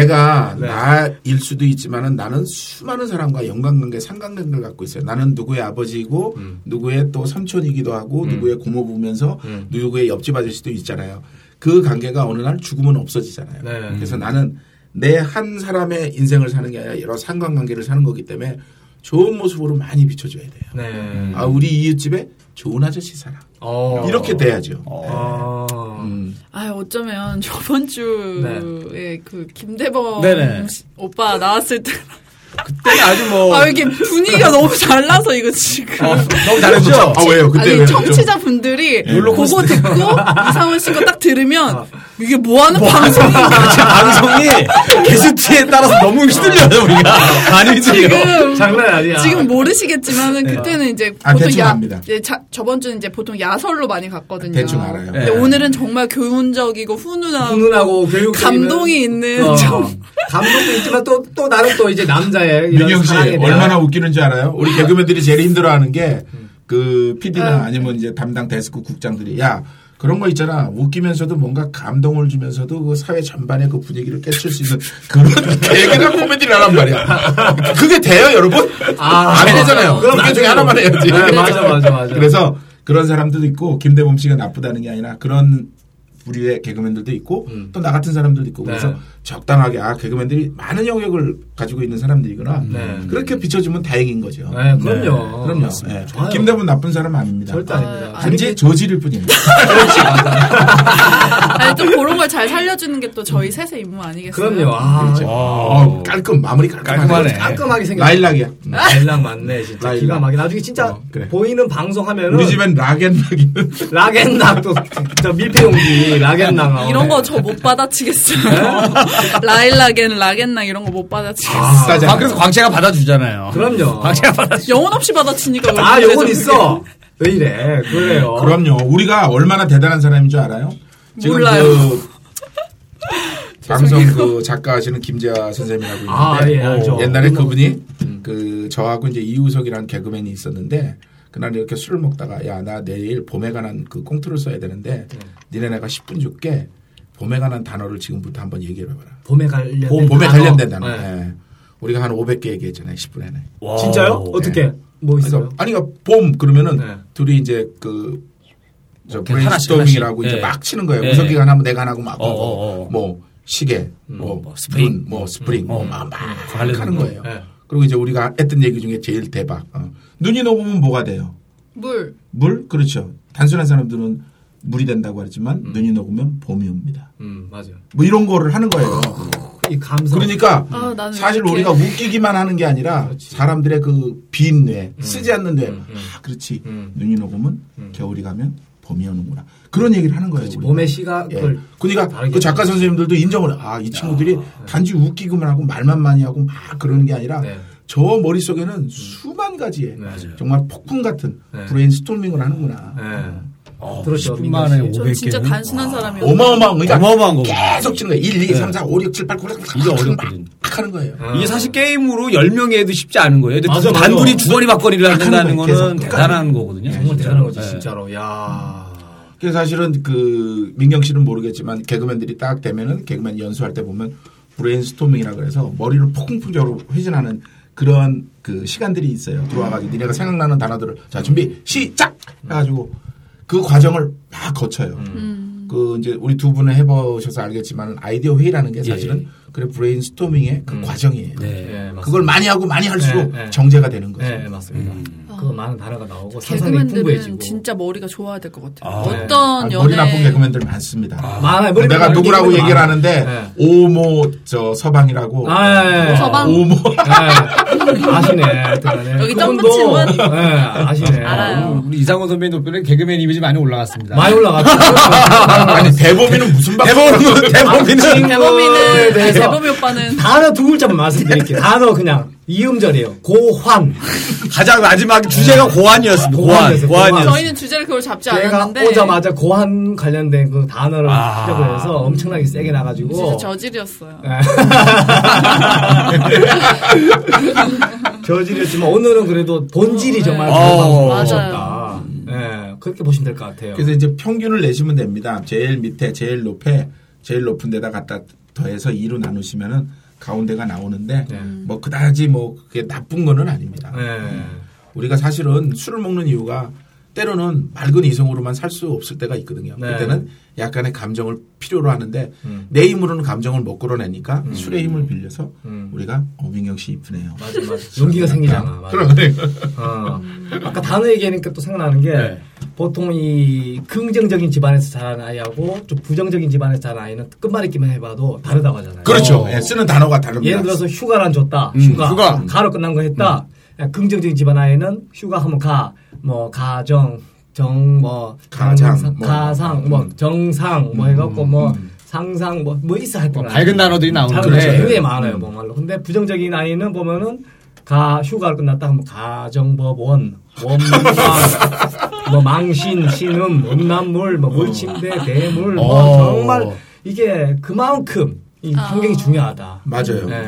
Speaker 6: 내가 나일 수도 있지만은 나는 수많은 사람과 연관관계, 상관관계를 갖고 있어요. 나는 누구의 아버지이고
Speaker 2: 음.
Speaker 6: 누구의 또 삼촌이기도 하고 누구의 고모부면서
Speaker 2: 음.
Speaker 6: 누구의 옆집 아저씨도 있잖아요. 그 관계가 어느 날 죽으면 없어지잖아요.
Speaker 2: 네.
Speaker 6: 그래서 나는 내 한 사람의 인생을 사는 게 아니라 여러 상관관계를 사는 거기 때문에 좋은 모습으로 많이 비춰줘야 돼요.
Speaker 2: 네.
Speaker 6: 아, 우리 이웃집에 좋은 아저씨 살아.
Speaker 2: 어.
Speaker 6: 이렇게 돼야죠.
Speaker 2: 어.
Speaker 6: 음.
Speaker 7: 아 어쩌면 저번 주에 그 김대범
Speaker 5: 네네.
Speaker 7: 씨- 오빠 나왔을 때
Speaker 5: 그때는 아주 뭐.
Speaker 7: 아, 이렇게 분위기가 너무 잘나서 이거 지금.
Speaker 2: 아,
Speaker 5: 어, 너무 잘했죠?
Speaker 6: 아, 왜요? 그때
Speaker 7: 아니
Speaker 6: 왜요?
Speaker 7: 청취자분들이 그거 듣고 이상원 씨거 딱 들으면 이게 뭐하는
Speaker 2: 그렇죠.
Speaker 7: 방송인가
Speaker 5: 제 방송이 게스트에 따라서 너무 휘둘려요, 우리가. 많이 휘둘려.
Speaker 7: 지금
Speaker 2: 장난 아니야.
Speaker 7: 지금 모르시겠지만은 그때는 이제
Speaker 6: 아,
Speaker 7: 보통
Speaker 6: 대충
Speaker 7: 야
Speaker 6: 압니다.
Speaker 7: 예, 자- 저번 주는 이제 보통 야설로 많이 갔거든요.
Speaker 6: 대충 알아요.
Speaker 7: 근데
Speaker 5: 예.
Speaker 7: 오늘은 정말 교훈적이고 훈훈하고,
Speaker 2: 훈훈하고 어. 교육
Speaker 7: 감동이 있는 좀
Speaker 2: 감동도 있지만 또 또 나름 또 이제 남자의 이런
Speaker 6: 민경 씨
Speaker 2: 사랑에 대한-
Speaker 6: 얼마나 웃기는 줄 알아요? 우리 개그맨들이 제일 힘들어하는 게 그 PD나 아니면 이제 담당 데스크 국장들이 야 그런 거 있잖아 웃기면서도 뭔가 감동을 주면서도 그 사회 전반의 그 분위기를 깨칠 수 있는 그런 [laughs] 개그나 코미디를 하란 말이야. 그게 돼요 여러분?
Speaker 2: 아,
Speaker 6: 안 되잖아요.
Speaker 2: 그럼
Speaker 6: 그럼
Speaker 2: 안
Speaker 6: 그 중에
Speaker 2: 되죠.
Speaker 6: 하나만 해야지.
Speaker 2: 네, 맞아, 맞아, 맞아.
Speaker 6: 그래서 그런 사람들도 있고 김대범 씨가 나쁘다는 게 아니라 그런 부류의 개그맨들도 있고 또 나 같은 사람들도 있고 그래서
Speaker 2: 네.
Speaker 6: 적당하게 아 개그맨들이 많은 영역을 가지고 있는 사람들이구나
Speaker 2: 네.
Speaker 6: 그렇게 비춰주면 다행인 거죠.
Speaker 2: 네, 그럼요.
Speaker 6: 그럼요.
Speaker 2: 맞습니다.
Speaker 6: 네.
Speaker 2: 좋아요.
Speaker 6: 김대문 나쁜 사람 아닙니다.
Speaker 2: 절대 아닙니다.
Speaker 6: 단지 저지를 뿐입니다.
Speaker 7: 아니 좀 그런 걸 잘 살려주는 게 또 저희 셋의 임무 아니겠어요?
Speaker 2: 그럼요. 아,
Speaker 6: 그렇죠. 어, 깔끔 마무리 깔끔하네.
Speaker 5: 깔끔하네.
Speaker 2: 깔끔하게 생겼.
Speaker 6: 라일락이야. 음.
Speaker 2: 라일락 맞네 진짜
Speaker 6: 라일락.
Speaker 2: 기가 막히게 나중에 진짜
Speaker 6: 아, 어, 그래.
Speaker 2: 보이는 방송 하면은
Speaker 6: 우리 집엔 락앤락이는
Speaker 2: 락앤락도 저 밀폐용기 락앤락
Speaker 7: 이런 거 저 못 받아치겠어요.
Speaker 2: 네?
Speaker 7: [laughs] 라일락엔 라겐락 이런 거 못 받아치겠어요.
Speaker 6: 싸잖아.
Speaker 5: 아, 그래서 광채가 받아주잖아요.
Speaker 2: 그럼요.
Speaker 5: 광채가 받아주
Speaker 7: 영혼 없이 받아치니까 왜
Speaker 2: 아
Speaker 7: 그래,
Speaker 2: 요건
Speaker 7: 저게.
Speaker 2: 있어 왜 이래 그래요
Speaker 6: 어? 그럼요. 우리가 얼마나 대단한 사람인 줄 알아요? 지금
Speaker 7: 몰라요.
Speaker 6: 그 방송 그 작가 하시는 김재하 선생님이라고 있는데
Speaker 2: 아, 예, 알죠.
Speaker 6: 어, 옛날에 그분이 그 저하고 이제 이우석이라는 개그맨이 있었는데 그날 이렇게 술을 먹다가 야 나 내일 봄에 관한 그 꽁트를 써야 되는데 니네 내가 10분 줄게 봄에 관한 단어를 지금부터 한번 얘기해 봐라.
Speaker 2: 봄에 관련된
Speaker 6: 봄, 봄에
Speaker 2: 네, 단어.
Speaker 6: 관련된 단어.
Speaker 2: 네.
Speaker 6: 예. 우리가 한 500개 얘기했잖아요. 10분 안에.
Speaker 2: 진짜요? 어떻게? 뭐 있어요?
Speaker 6: 네. 그래서 아니 그러니까 봄 그러면은
Speaker 2: 네.
Speaker 6: 둘이 이제 그 저,
Speaker 5: 이렇게 하나씩,
Speaker 6: 브레인스토밍이라고
Speaker 5: 하나씩.
Speaker 6: 이제
Speaker 5: 예.
Speaker 6: 막 치는 거예요.
Speaker 5: 예.
Speaker 6: 우석이가 하나 하면 내가 하나 하고 막
Speaker 5: 어,
Speaker 6: 하고
Speaker 5: 어, 어.
Speaker 6: 뭐 시계 뭐,
Speaker 5: 뭐 스프링. 음, 어.
Speaker 6: 눈, 뭐 스프링 뭐막
Speaker 5: 관련된
Speaker 6: 하는
Speaker 5: 거. 네.
Speaker 6: 거예요.
Speaker 2: 예.
Speaker 6: 그리고 이제 우리가 했던 얘기 중에 제일 대박. 어. 눈이 녹으면 뭐가 돼요?
Speaker 7: 물.
Speaker 6: 물? 그렇죠. 단순한 사람들은 물이 된다고 하지만
Speaker 5: 음.
Speaker 6: 눈이 녹으면 봄이 옵니다.
Speaker 2: 음, 맞아요.
Speaker 6: 뭐 이런 거를 하는 거예요.
Speaker 5: [laughs]
Speaker 2: 이 감성.
Speaker 6: 그러니까
Speaker 7: 아, 나는
Speaker 6: 사실
Speaker 7: 이렇게.
Speaker 6: 우리가 웃기기만 하는 게 아니라 사람들의 그 빈 뇌, 쓰지 않는 뇌. 아, 그렇지. 눈이 녹으면 겨울이 가면 봄이 오는구나. 그런 얘기를 하는 거예요. 우리가.
Speaker 2: 봄의 시가
Speaker 6: 예.
Speaker 2: 그걸
Speaker 6: 그러니까
Speaker 2: 다르게
Speaker 6: 그 작가 선생님들도 인정을 해. 아, 이 친구들이 단지 웃기기만 하고 말만 많이 하고 막 그러는 게 아니라
Speaker 2: 네.
Speaker 6: 저 머릿속에는 수만 가지의 정말 폭풍 같은
Speaker 2: 네.
Speaker 6: 브레인스토밍을 하는구나.
Speaker 2: 예.
Speaker 5: 어,
Speaker 2: 들었죠,
Speaker 5: 10분
Speaker 2: 민경
Speaker 5: 만에
Speaker 2: 씨.
Speaker 5: 500개는.
Speaker 7: 전 진짜 단순한 사람이었어요.
Speaker 6: 어마어마한 거. 그러니까
Speaker 5: 어마어마한 거구나.
Speaker 6: 계속 치는 거예요. 1, 2, 3, 4, 5, 6, 7, 8, 9, 10,
Speaker 5: 이게
Speaker 6: 11, 12,
Speaker 5: 어렵거든.
Speaker 6: 막 하는 거예요.
Speaker 5: 이게 사실 게임으로 10명이 해도 쉽지 않은 거예요. 근데
Speaker 2: 맞아, 맞아.
Speaker 5: 단둘이 주거리 받거리를 한다는
Speaker 6: 하는 거예요,
Speaker 5: 거는
Speaker 6: 계속.
Speaker 5: 대단한 거거든요.
Speaker 2: 정말 대단한 거지,
Speaker 5: 네.
Speaker 2: 진짜로. 야
Speaker 6: 그래서 사실은 그 민경 씨는 모르겠지만 개그맨들이 딱 되면은 개그맨 연수할 때 보면 브레인스토밍이라 그래서 머리를 폭풍적으로 회전하는 그런 그 시간들이 있어요. 들어와가지고 니네가 생각나는 단어들을 자 준비 시작 해가지고 그 과정을 막 거쳐요.
Speaker 2: 음.
Speaker 6: 그 이제 우리 두 분은 해보셔서 알겠지만 아이디어 회의라는 게 사실은 그래 브레인스토밍의 그 과정이에요.
Speaker 5: 네.
Speaker 2: 예, 음. 맞습니다.
Speaker 6: 그걸 많이 하고 많이 할수록
Speaker 2: 예, 예.
Speaker 6: 정제가 되는 거죠.
Speaker 2: 네, 맞습니다. 그거 많은 단어가 나오고 상상이 풍부해지고.
Speaker 7: 개그맨들은 진짜 머리가 좋아야 될 것 같아요.
Speaker 2: 네.
Speaker 6: 아,
Speaker 7: 어떤 연애
Speaker 6: 머리 나쁜 개그맨들 많습니다.
Speaker 2: 많아요. 머리
Speaker 6: 내가
Speaker 2: 나쁜
Speaker 6: 누구라고
Speaker 2: 개그맨
Speaker 6: 얘기를
Speaker 2: 많아요.
Speaker 6: 하는데
Speaker 2: 네.
Speaker 6: 오모 저 서방이라고
Speaker 2: 아, 예, 예.
Speaker 7: 서방.
Speaker 6: 오모
Speaker 2: 예. 아시네. 하여튼간에.
Speaker 7: 여기 점
Speaker 2: 그분도,
Speaker 7: 붙이는 건?
Speaker 2: 예, 아시네.
Speaker 7: [laughs] 알아요.
Speaker 5: 어, 우리 이상원 선배님 덕분에 개그맨 이미지 많이 올라갔습니다.
Speaker 2: 많이 올라갔죠.
Speaker 6: 아니 대범이는 무슨 방
Speaker 5: [laughs] 대범은 대범이는
Speaker 7: 대범이는
Speaker 2: 대해서
Speaker 7: 대범이 오빠는
Speaker 2: 단어 두 글자만
Speaker 7: [laughs]
Speaker 2: 말씀드릴게요. 단어 그냥 이음절이에요. 고환.
Speaker 5: 가장 마지막 주제가 고환이었습니다. 고환,
Speaker 2: 고환이었어요, 고환.
Speaker 5: 고환이었습니다.
Speaker 7: [laughs] 저희는 주제를 그걸 잡지
Speaker 2: 제가
Speaker 7: 않았는데
Speaker 2: 오자마자 고환 관련된 그 단어를
Speaker 5: 아.
Speaker 2: 시작을 해서 엄청나게 세게 나가지고.
Speaker 7: 진짜 저질이었어요.
Speaker 2: 네. 저질이었지만 오늘은 그래도
Speaker 7: 예.
Speaker 2: 본질이 정말
Speaker 5: 어,
Speaker 2: 맞았다. 예, 그렇게 보시면 될 것 같아요.
Speaker 6: [laughs] 그래서 이제 평균을 내시면 됩니다. 제일 밑에 제일 높에 제일 높은 데다 갖다 더해서 2로 나누시면은 가운데가 나오는데
Speaker 2: 네.
Speaker 6: 뭐 그다지 뭐 그게 나쁜 거는
Speaker 7: 네.
Speaker 6: 아닙니다.
Speaker 2: 예.
Speaker 6: 우리가 사실은 술을 먹는 이유가 때로는 맑은 이성으로만 살 수 없을 때가 있거든요.
Speaker 2: 네. 음.
Speaker 6: 그때는 약간의 감정을 필요로 하는데 내 힘으로는 감정을 못 끌어내니까 술의 힘을 빌려서
Speaker 2: 음.
Speaker 6: 우리가 어민경 씨 이쁘네요.
Speaker 2: 맞아, 맞아. [laughs] 용기가 생기잖아. 맞아.
Speaker 6: 그러네.
Speaker 2: 어. 아까 단어 얘기하니까 또 생각나는 게
Speaker 6: 네.
Speaker 2: 보통 이 긍정적인 집안에서 자란 아이하고 좀 부정적인 집안에서 자란 아이는 끝말잇기만 해봐도 다르다고 하잖아요.
Speaker 6: [laughs] 그렇죠.
Speaker 2: 어.
Speaker 6: 예, 쓰는 단어가 다릅니다.
Speaker 2: 예를 들어서 휴가란 줬다.
Speaker 5: 음,
Speaker 2: 휴가. 아,
Speaker 5: 휴가.
Speaker 2: 가로 끝난 거 했다. 야, 긍정적인 집안 아이는 휴가 하면 가, 뭐 가정, 정, 뭐
Speaker 6: 가장,
Speaker 2: 상-
Speaker 6: 뭐.
Speaker 2: 가상, 뭐 정상, 뭐 해갖고 뭐 상상, 뭐 뭐 있어 할 거야.
Speaker 5: 밝은 단어들이
Speaker 2: 그렇죠.
Speaker 5: 나오는데
Speaker 2: 되게 많아요, 정말로. 근데 부정적인 아이는 보면은 가 휴가를 끝났다 하면 가정법원, 원망, 뭐 망신, 신음, 음란물, 뭐 물침대, 대물, 뭐
Speaker 5: 어.
Speaker 2: 정말 이게 그만큼 이 환경이 중요하다.
Speaker 6: 맞아요.
Speaker 2: 네.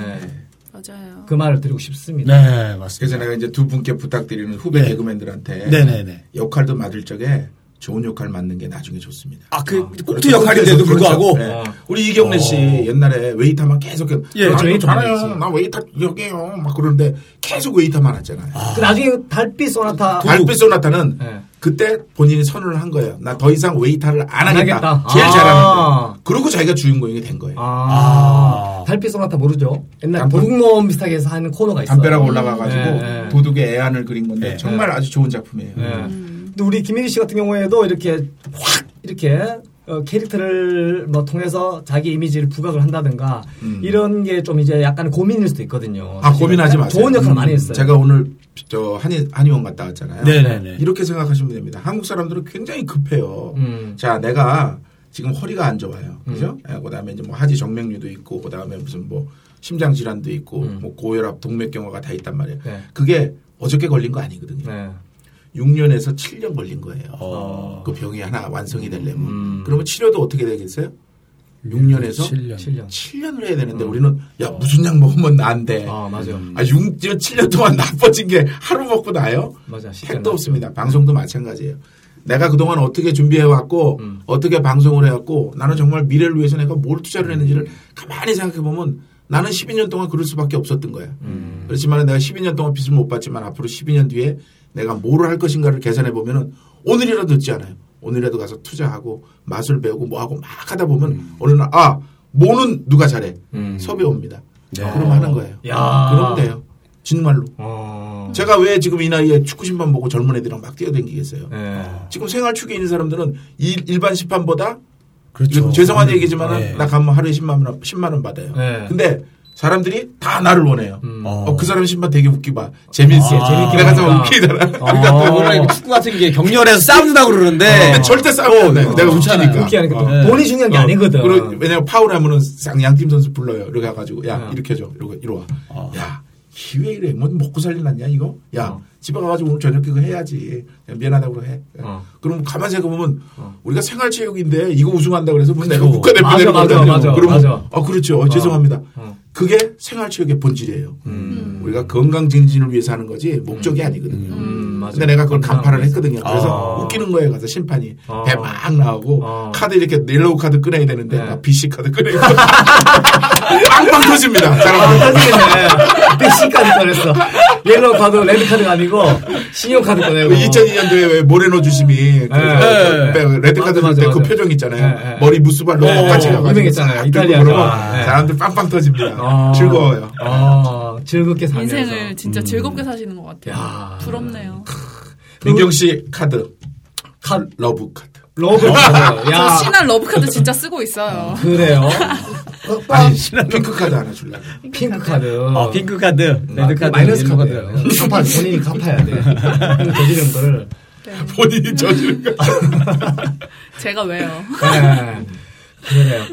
Speaker 7: 맞아요.
Speaker 2: 그 말을 드리고 싶습니다.
Speaker 5: 네 맞습니다.
Speaker 6: 그래서 내가 이제 두 분께 부탁드리는 후배
Speaker 5: 네.
Speaker 6: 개그맨들한테
Speaker 5: 네네네.
Speaker 6: 역할도 맞을 적에 좋은 역할 맞는 게 나중에 좋습니다.
Speaker 5: 아그
Speaker 6: 그렇죠.
Speaker 5: 꼭두 역할인데도
Speaker 6: 그렇죠.
Speaker 5: 불구하고
Speaker 6: 네. 어. 우리 이경래 씨 옛날에 웨이터만 계속
Speaker 5: 예,
Speaker 6: 나 이거
Speaker 5: 저
Speaker 2: 웨이터
Speaker 6: 잘해요.
Speaker 2: 했지.
Speaker 6: 나 웨이터 여기요. 막 그러는데 계속 웨이터만 하잖아요.
Speaker 2: 그 나중에 달빛 소나타
Speaker 6: 달빛 소나타는
Speaker 2: 네.
Speaker 6: 그때 본인이 선언을 한 거예요. 나 더 이상 웨이터를 안 하겠다. 아.
Speaker 2: 하겠다.
Speaker 6: 제일
Speaker 2: 아.
Speaker 6: 잘하는 거. 그러고 자기가 주인공이 된 거예요.
Speaker 2: 아, 달빛 소나타 모르죠? 옛날
Speaker 6: 담배-
Speaker 2: 도둑놈 비슷하게 해서 하는 코너가 있어요.
Speaker 6: 담벼락 올라가가지고
Speaker 2: 네, 네.
Speaker 6: 도둑의 애안을 그린 건데 정말 아주 좋은 작품이에요.
Speaker 2: 예.
Speaker 6: 음.
Speaker 2: 근데 우리 김일희 씨 같은 경우에도 이렇게 확 이렇게 어, 캐릭터를 뭐 통해서 자기 이미지를 부각을 한다든가 이런 게 좀 이제 약간 고민일 수도 있거든요.
Speaker 6: 음. 아 고민하지 마세요.
Speaker 2: 어, 좋은 역할
Speaker 6: 음,
Speaker 2: 많이 했어요.
Speaker 6: 제가 오늘 저 한의 한의원 갔다 왔잖아요.
Speaker 5: 네네네.
Speaker 6: 이렇게 생각하시면 됩니다. 한국 사람들은 굉장히 급해요.
Speaker 2: 음.
Speaker 6: 자 내가 지금 허리가 안 좋아요. 그죠? 예, 그다음에 이제 뭐 하지 정맥류도 있고 그다음에 무슨 뭐 심장 질환도 있고 뭐 고혈압, 동맥경화가 다 있단 말이에요.
Speaker 2: 음. 네.
Speaker 6: 그게 어저께 걸린 거 아니거든요.
Speaker 2: 네.
Speaker 6: 6년에서
Speaker 2: 어.
Speaker 6: 7년 걸린 거예요. 그 병이 하나 완성이 되려면. 그러면 치료도 어떻게 되겠어요? 6년에서
Speaker 5: 칠 년.
Speaker 2: 음. 7년. 어.
Speaker 6: 7년을 해야 되는데 우리는 야 무슨 약 먹으면 안 돼.
Speaker 2: 아, 맞아요.
Speaker 6: 아, 6, 7년 동안 [laughs] 나빠진 게 하루 먹고 나요?
Speaker 2: 맞아, 시간 나죠.
Speaker 6: 택도 없습니다. 방송도 마찬가지예요. 내가 그동안 어떻게 준비해왔고,
Speaker 2: 음.
Speaker 6: 어떻게 방송을 해왔고, 나는 정말 미래를 위해서 내가 뭘 투자를 했는지를 가만히 생각해보면 나는 12년 동안 그럴 수밖에 없었던 거야.
Speaker 2: 음.
Speaker 6: 그렇지만 내가 12년 동안 빚을 못 봤지만 앞으로 12년 뒤에 내가 뭐를 할 것인가를 계산해보면 오늘이라도 늦지 않아요. 오늘이라도 가서 투자하고 마술 배우고 뭐하고 막 하다 보면
Speaker 2: 음.
Speaker 6: 어느 날, 아, 뭐는 누가 잘해. 섭외 옵니다. 그럼 하는 거예요.
Speaker 2: 네. 야.
Speaker 6: 그러면 돼요. 정말로.
Speaker 2: 어.
Speaker 6: 제가 왜 지금 이 나이에 축구 심판 보고 젊은 애들이랑 막 뛰어댕기겠어요?
Speaker 2: 네.
Speaker 6: 지금 생활축에 있는 사람들은 일, 일반 심판보다
Speaker 3: 그렇죠.
Speaker 6: 이거 죄송한 얘기지만
Speaker 3: 네.
Speaker 6: 은나 가면 하루에 10만 원, 10만 원 받아요.
Speaker 2: 네.
Speaker 6: 근데 사람들이 다 나를 원해요.
Speaker 3: 어.
Speaker 6: 어, 그 사람 심판 되게 웃기 봐. 재밌어. 재밌게 내가 좀 웃기잖아. 그러니까 또
Speaker 5: 원래 이거 축구 같은 게 격렬해서 싸운다고 그러는데
Speaker 6: 근데 절대 싸우면 안 돼. 어. 내가
Speaker 3: 좋잖아요.
Speaker 6: 웃기니까.
Speaker 2: 네. 웃기 하니까
Speaker 6: 어.
Speaker 2: 또 돈이 중요한 게
Speaker 6: 어,
Speaker 2: 아니거든.
Speaker 6: 그리고 왜냐면 파울하면은 쌍 양팀 선수 불러요. 이렇게 가지고
Speaker 2: 네.
Speaker 6: 야 이렇게 해줘. 이러고 이리 와. 야 기회 이래. 뭐 먹고 살리났냐 이거? 야 집에 가가지고 오늘 저녁 그거 해야지. 야, 미안하다고 해.
Speaker 2: 어.
Speaker 6: 그럼 가만 생각해보면 우리가 생활체육인데 이거 우승한다 그래서 뭐 내가
Speaker 2: 그쵸.
Speaker 6: 국가대표
Speaker 2: 맞아,
Speaker 6: 되는
Speaker 2: 맞아,
Speaker 6: 거잖아요.
Speaker 2: 맞아,
Speaker 6: 그러면
Speaker 2: 맞아.
Speaker 6: 아 그렇죠. 어, 죄송합니다.
Speaker 2: 어.
Speaker 6: 그게 생활체육의 본질이에요. 우리가 건강 증진을 위해서 하는 거지 목적이 아니거든요.
Speaker 2: 음, 맞아.
Speaker 6: 근데 내가 그걸 간파를
Speaker 2: 감사합니다.
Speaker 6: 했거든요. 그래서
Speaker 2: 아.
Speaker 6: 웃기는 거예요. 가서 심판이
Speaker 2: 아.
Speaker 6: 배 막 나오고
Speaker 2: 아.
Speaker 6: 카드 이렇게 옐로우 카드 꺼내야 되는데
Speaker 2: 네.
Speaker 6: 나 BC 카드 꺼내고 빵빵 터집니다.
Speaker 2: 아,
Speaker 6: 사람들.
Speaker 2: 터지겠네. 백신까지 꺼냈어. 옐로우 카드, 레드 카드가 아니고, E 신용카드
Speaker 6: 그
Speaker 2: 꺼내고.
Speaker 6: 2002년도에 왜 모레노 주심이 그
Speaker 2: 네.
Speaker 6: 그 레드 카드
Speaker 2: 맞아,
Speaker 6: 줄 때
Speaker 2: 맞아,
Speaker 6: 그
Speaker 2: 맞아.
Speaker 6: 표정 있잖아요.
Speaker 2: 네, 네.
Speaker 6: 머리 무수발로
Speaker 2: 네,
Speaker 6: 같이
Speaker 2: 네.
Speaker 6: 가가지고
Speaker 2: 유명했잖아요.
Speaker 6: 싹 들고
Speaker 2: 이탈리아가.
Speaker 6: 그러고
Speaker 2: 네.
Speaker 6: 사람들 빵빵 터집니다.
Speaker 2: 아.
Speaker 6: 즐거워요.
Speaker 2: 아, 즐겁게 살면서. 음.
Speaker 7: 인생을 진짜 즐겁게 사시는 것 같아요.
Speaker 2: 야.
Speaker 7: 부럽네요.
Speaker 6: 민경 씨 카드
Speaker 2: 카드.
Speaker 6: 러브 카드.
Speaker 2: 러브.
Speaker 7: 저 [laughs]
Speaker 2: 야.
Speaker 7: 신한 러브카드 진짜 쓰고 있어요.
Speaker 2: 그래요.
Speaker 6: 아니 핑크 카드 하나 줄라.
Speaker 2: 핑크 카드.
Speaker 3: 어, 핑크 카드,
Speaker 5: 아, 그
Speaker 3: 레드 카드,
Speaker 2: 마이너스
Speaker 3: 옐로우
Speaker 2: 카드예요. 갚아, 본인이 갚아야 돼. 저지른 거를.
Speaker 6: 본인이 저지른 거.
Speaker 7: 제가 왜요?
Speaker 2: 네. 그래요.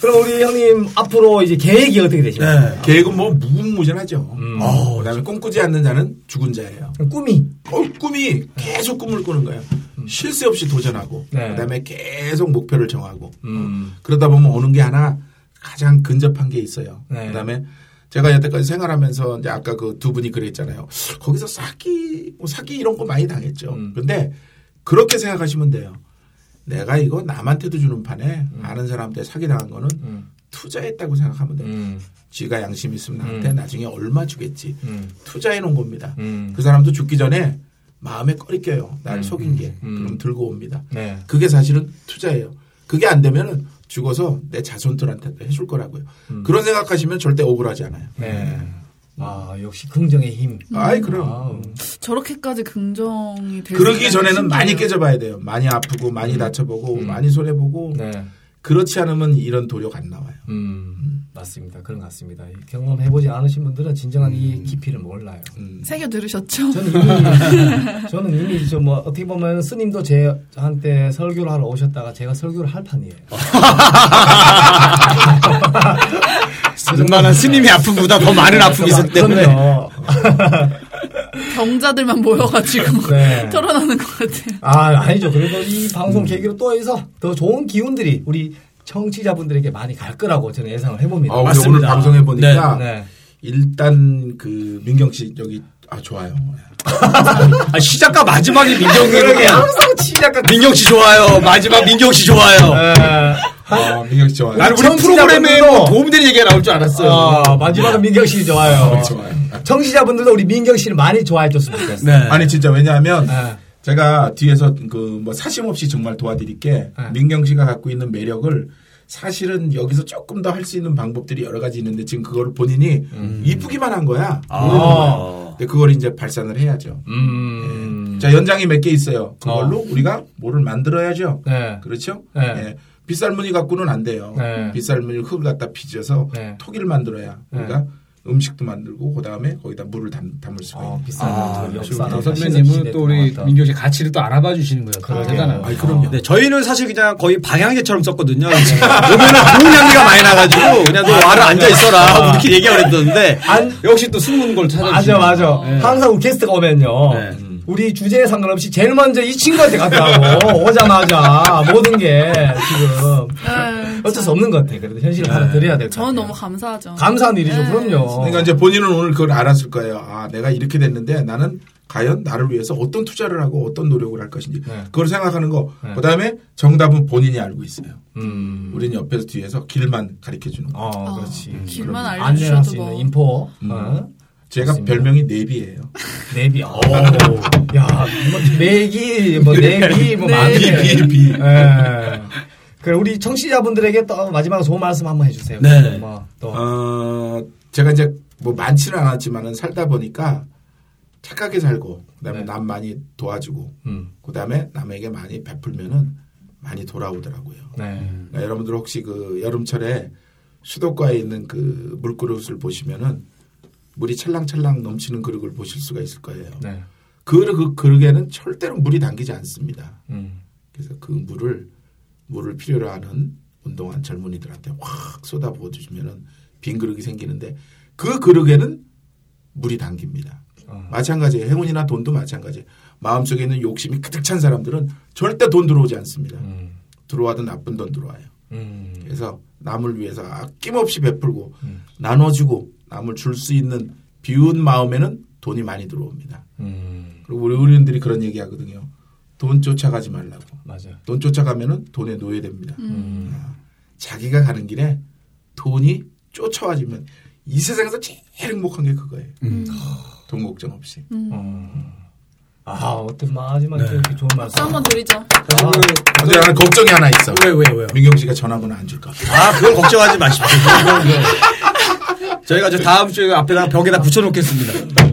Speaker 2: 그럼 우리 형님 앞으로 이제 계획이 어떻게 되십니까?
Speaker 6: 계획은 뭐 무궁무진하죠. 어, 그다음에 꿈꾸지 않는 자는 죽은 자예요.
Speaker 2: 네. 꿈이.
Speaker 6: 어, 꿈이 계속 꿈을 꾸는 거예요. 쉴 새 없이 도전하고
Speaker 2: 음. 네. 음.
Speaker 6: 그다음에 계속 목표를 정하고 어, 그러다 보면 오는 게 하나 가장 근접한 게 있어요.
Speaker 2: 네.
Speaker 6: 그다음에 제가 여태까지 생활하면서 이제 아까 그 두 분이 그랬잖아요. 거기서 사기, 뭐 사기 이런 거 많이 당했죠.
Speaker 2: 음.
Speaker 6: 그런데 그렇게 생각하시면 돼요. 내가 이거 남한테도 주는 판에 아는 사람한테 사기 당한 거는
Speaker 2: 음.
Speaker 6: 투자했다고 생각하면 돼요.
Speaker 2: 음.
Speaker 6: 쥐가 양심 있으면 나한테 나중에 얼마 주겠지.
Speaker 2: 음.
Speaker 6: 투자해 놓은 겁니다.
Speaker 2: 음.
Speaker 6: 그 사람도 죽기 전에 마음에 꺼리 껴요. 날 속인 게.
Speaker 2: 음.
Speaker 6: 그럼 들고 옵니다.
Speaker 2: 네.
Speaker 6: 그게 사실은 투자예요. 그게 안 되면은 죽어서 내 자손들한테도 해줄 거라고요. 그런 생각하시면 절대 억울하지 않아요.
Speaker 2: 음.
Speaker 6: 음.
Speaker 2: 네. 아, 역시 긍정의 힘.
Speaker 6: 아이, 그럼.
Speaker 2: 아우. 음.
Speaker 7: 저렇게까지 긍정이 되
Speaker 6: 그러기 전에는 많이 깨져봐야 돼요. 많이 아프고, 많이 다쳐보고, 많이 손해보고.
Speaker 2: 음. 네.
Speaker 6: 그렇지 않으면 이런 도력 안 나와요.
Speaker 2: 음, 맞습니다. 그런 것 같습니다. 이 경험해보지 않으신 분들은 진정한
Speaker 5: 음.
Speaker 2: 이 깊이를 몰라요.
Speaker 7: 새겨 들으셨죠?
Speaker 2: 저는 이미, [laughs] 저는 이미 좀 뭐, 어떻게 보면 스님도 제한테 설교를 하러 오셨다가 제가 설교를 할 판이에요.
Speaker 5: 아, 웬만한 스님의 아픔보다 더 많은 아픔이 있었기 때문에
Speaker 2: 그럼요.
Speaker 7: 경자들만 모여가지고
Speaker 2: 네.
Speaker 7: 털어나는 것 같아요.
Speaker 2: 아, 아니죠. 그래도 이 방송
Speaker 5: 음.
Speaker 2: 계기로 또 해서 더 좋은 기운들이 우리 청취자분들에게 많이 갈 거라고 저는 예상을 해봅니다.
Speaker 6: 아, 근데 오늘 방송해 보니까
Speaker 2: 네. 네.
Speaker 6: 일단 그 민경 씨 여기 아 좋아요.
Speaker 5: 아, 시작과 마지막이 민경이에요.
Speaker 2: 항상 시작과 네.
Speaker 5: 민경 씨 좋아요. 마지막 민경
Speaker 3: 네.
Speaker 5: 씨 좋아요.
Speaker 6: 아, 민경 씨 좋아요.
Speaker 5: 나는 우리 프로그램에 뭐 도움되는 얘기가 나올 줄 알았어요.
Speaker 2: 아, 마지막은 민경 씨 좋아요.
Speaker 6: 좋아요.
Speaker 2: 청취자분들도 우리 민경 씨를 많이 좋아해 줬으면 좋겠어요.
Speaker 5: 네.
Speaker 6: 아니 진짜 왜냐하면
Speaker 2: 네.
Speaker 6: 제가 뒤에서 그 뭐 사심 없이 정말 도와드릴 게
Speaker 2: 네.
Speaker 6: 민경 씨가 갖고 있는 매력을 사실은 여기서 조금 더 할 수 있는 방법들이 여러 가지 있는데 지금 그걸 본인이
Speaker 5: 음.
Speaker 6: 이쁘기만 한 거야.
Speaker 2: 아.
Speaker 6: 근데 그걸 이제 발산을 해야죠.
Speaker 3: 예.
Speaker 2: 음.
Speaker 6: 자 연장이 몇 개 있어요. 그걸로 우리가 뭐를 만들어야죠.
Speaker 2: 네.
Speaker 6: 그렇죠?
Speaker 2: 네.
Speaker 6: 예. 빗살무늬 갖고는 안 돼요.
Speaker 2: 네.
Speaker 6: 빗살무늬 흙을 갖다 빚어서
Speaker 2: 네.
Speaker 6: 토기를 만들어야 그러니까 음식도 만들고 그다음에 거기다 물을 담, 담을 수가
Speaker 2: 아,
Speaker 6: 있는
Speaker 2: 비싼 아,
Speaker 3: 아, 선배님은 또 우리 민경 씨 가치를 또 알아봐 주시는 거예요. 대단하네.
Speaker 6: 아이, 그럼요.
Speaker 5: 네, 저희는 사실 그냥 거의 방향제처럼 썼거든요.
Speaker 3: 네.
Speaker 5: 보면은 좋은 향기가 많이 나가지고 그냥 너 와라 앉아 있어라 하고 이렇게 얘기하고 그랬는데
Speaker 3: 아.
Speaker 2: 안-
Speaker 5: 역시 또 숨은 걸 찾아.
Speaker 2: 맞아 맞아. 항상 우리 게스트가 오면요.
Speaker 5: 네.
Speaker 2: 음. 우리 주제에 상관없이 제일 먼저 이 친구한테 갔다고 [laughs] 오자마자 모든 게 지금
Speaker 7: 네.
Speaker 2: 어쩔 수 없는 것 같아. 그래도 현실을 받아들여야 될 것 같아.
Speaker 7: 저는 너무 예. 감사하죠. 네.
Speaker 2: 감사한 일이죠. 그럼요.
Speaker 6: 그러니까 이제 본인은 오늘 그걸 알았을 거예요. 아, 내가 이렇게 됐는데 나는 과연 나를 위해서 어떤 투자를 하고 어떤 노력을 할 것인지
Speaker 2: 네.
Speaker 6: 그걸 생각하는 거.
Speaker 2: 네.
Speaker 6: 그다음에 정답은 본인이 알고 있어요.
Speaker 2: 음.
Speaker 6: 우리는 옆에서 뒤에서 길만 가르쳐 주는 거.
Speaker 2: 어,
Speaker 7: 아,
Speaker 2: 그렇지.
Speaker 7: 길만
Speaker 2: 그럼
Speaker 7: 알려주셔도
Speaker 2: 안내할 수 있는
Speaker 7: 뭐.
Speaker 2: 인포.
Speaker 6: 음.
Speaker 2: 어.
Speaker 6: 제가
Speaker 2: 좋습니다.
Speaker 6: 별명이 네비예요.
Speaker 2: 내비. 어. 야, 뭐, 내기, 뭐, 내비, 뭐,
Speaker 7: 네.
Speaker 2: 많네.
Speaker 6: 비, 비.
Speaker 2: 예. 그래, 우리 청취자분들에게 또 마지막 소원 말씀 한번 해주세요.
Speaker 5: 네.
Speaker 2: 뭐, 또.
Speaker 6: 어, 제가 이제 뭐 많지는 않았지만은 살다 보니까 착하게 살고 그다음에
Speaker 2: 네.
Speaker 6: 남 많이 도와주고
Speaker 2: 음.
Speaker 6: 그다음에 남에게 많이 베풀면은 많이 돌아오더라고요.
Speaker 2: 네.
Speaker 6: 그러니까 여러분들 혹시 그 여름철에 수도가에 있는 그 물그릇을 보시면은 물이 찰랑찰랑 넘치는 그릇을 보실 수가 있을 거예요.
Speaker 2: 네.
Speaker 6: 그, 그 그릇에는 절대로 물이 담기지 않습니다.
Speaker 2: 음.
Speaker 6: 그래서 그 물을 물을 필요로 하는 운동한 젊은이들한테 확 쏟아 부어주시면은 빈 그릇이 생기는데 그 그릇에는 물이 담깁니다.
Speaker 2: 아.
Speaker 6: 마찬가지예요. 행운이나 돈도 마찬가지예요. 마음속에 있는 욕심이 가득 찬 사람들은 절대 돈 들어오지 않습니다.
Speaker 2: 음.
Speaker 6: 들어와도 나쁜 돈 들어와요.
Speaker 2: 음.
Speaker 6: 그래서 남을 위해서 아낌없이 베풀고 나눠주고 남을 줄 수 있는 비운 마음에는 돈이 많이 들어옵니다.
Speaker 2: 음.
Speaker 6: 그리고 우리 어른들이 그런 얘기 하거든요. 돈 쫓아가지 말라고.
Speaker 2: 맞아요. 음.
Speaker 6: 돈 쫓아가면은 돈에 노예됩니다. 아, 자기가 가는 길에 돈이 쫓아와지면 이 세상에서 제일 행복한 게 그거예요.
Speaker 2: 음.
Speaker 6: 돈 걱정 없이.
Speaker 2: 아, 어떤 마지막에 이렇게 좋은 말씀.
Speaker 7: 박수 한번 드리죠.
Speaker 2: 아,
Speaker 3: 그
Speaker 6: 근데 나는 걱정이 하나 있어.
Speaker 5: 왜, 왜, 왜요?
Speaker 6: 민경 씨가 전화번호 안 줄까 봐.
Speaker 5: 아, 그건 걱정하지 마십시오.
Speaker 2: 네.
Speaker 5: 저희가 저 다음 주에 앞에다 벽에다 붙여놓겠습니다.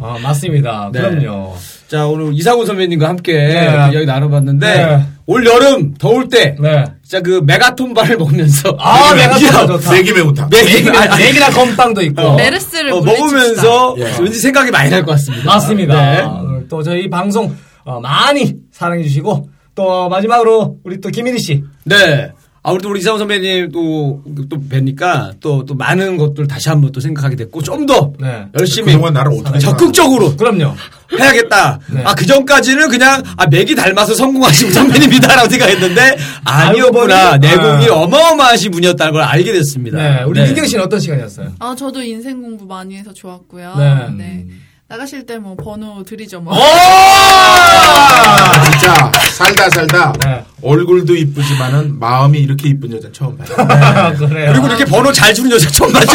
Speaker 2: 아, 맞습니다.
Speaker 5: 네.
Speaker 2: 그럼요.
Speaker 5: 자, 오늘 이상훈 선배님과 함께
Speaker 2: 네.
Speaker 5: 이야기 나눠봤는데,
Speaker 2: 네.
Speaker 5: 올 여름, 더울 때,
Speaker 2: 네.
Speaker 5: 진짜 그 메가톤 바를 먹으면서,
Speaker 2: [laughs] 아, 메가톤 좋다.
Speaker 6: 세기 매운탕.
Speaker 5: 메기,
Speaker 2: 아, 내기나 건빵도 있고.
Speaker 5: 어.
Speaker 7: 메르스를
Speaker 5: 어,
Speaker 7: 물리칩시다.
Speaker 5: 먹으면서
Speaker 6: 예.
Speaker 5: 왠지 생각이 많이 날 것 같습니다.
Speaker 2: 맞습니다.
Speaker 5: 네.
Speaker 2: 오늘 또 저희 방송 어, 많이 사랑해 주시고 또 마지막으로 우리 또 김민희 씨.
Speaker 5: 네. 아무래도 우리 이상훈 선배님 또, 또 뵈니까 또, 또 많은 것들 다시 한번 또 생각하게 됐고, 좀 더
Speaker 2: 네.
Speaker 5: 열심히
Speaker 6: 그동안 나를 어떻게
Speaker 5: 적극적으로
Speaker 2: 그럼요.
Speaker 5: 해야겠다.
Speaker 2: 네.
Speaker 5: 아, 그전까지는 그냥, 아, 맥이 닮아서 성공하신 선배님이다라고 [laughs] 생각했는데, 아니었구나.
Speaker 2: 알고 보니-
Speaker 5: 내공이
Speaker 2: 아.
Speaker 5: 어마어마하신 분이었다는 걸 알게 됐습니다.
Speaker 2: 네. 우리 민경 씨는 어떤 시간이었어요?
Speaker 7: 아, 저도 인생 공부 많이 해서 좋았고요.
Speaker 2: 네.
Speaker 7: 네. 나가실 때 뭐 번호 드리죠, 뭐.
Speaker 6: 아, 진짜 살다 살다
Speaker 2: 네.
Speaker 6: 얼굴도 이쁘지만은 마음이 이렇게 이쁜 여자 처음 봐요.
Speaker 2: [laughs] 그래요.
Speaker 5: 그리고 이렇게 번호 잘 주는 여자 처음 봤죠.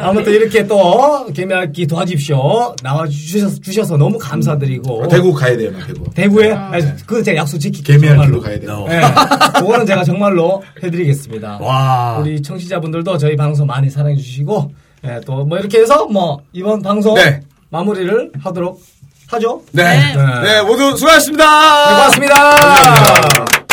Speaker 2: 아무튼 이렇게 또 개미학기 도와주십시오. 나와 주셔서, 주셔서 너무 감사드리고.
Speaker 6: 아, 대구 가야 돼요, 나 대구.
Speaker 2: 네. 대구에 아니, 그 제가 약속 지키게
Speaker 6: 개미할 길로 가야 돼요.
Speaker 2: 네, 그거는 제가 정말로 해드리겠습니다.
Speaker 6: 아.
Speaker 5: 와.
Speaker 2: 우리 청취자분들도 저희 방송 많이 사랑해 주시고 또 뭐 이렇게 해서 뭐 이번 방송
Speaker 5: 네.
Speaker 2: 마무리를 하도록 하죠.
Speaker 5: 네.
Speaker 2: [laughs] 네.
Speaker 5: 네, 모두
Speaker 2: 고맙습니다.
Speaker 5: 수고하셨습니다.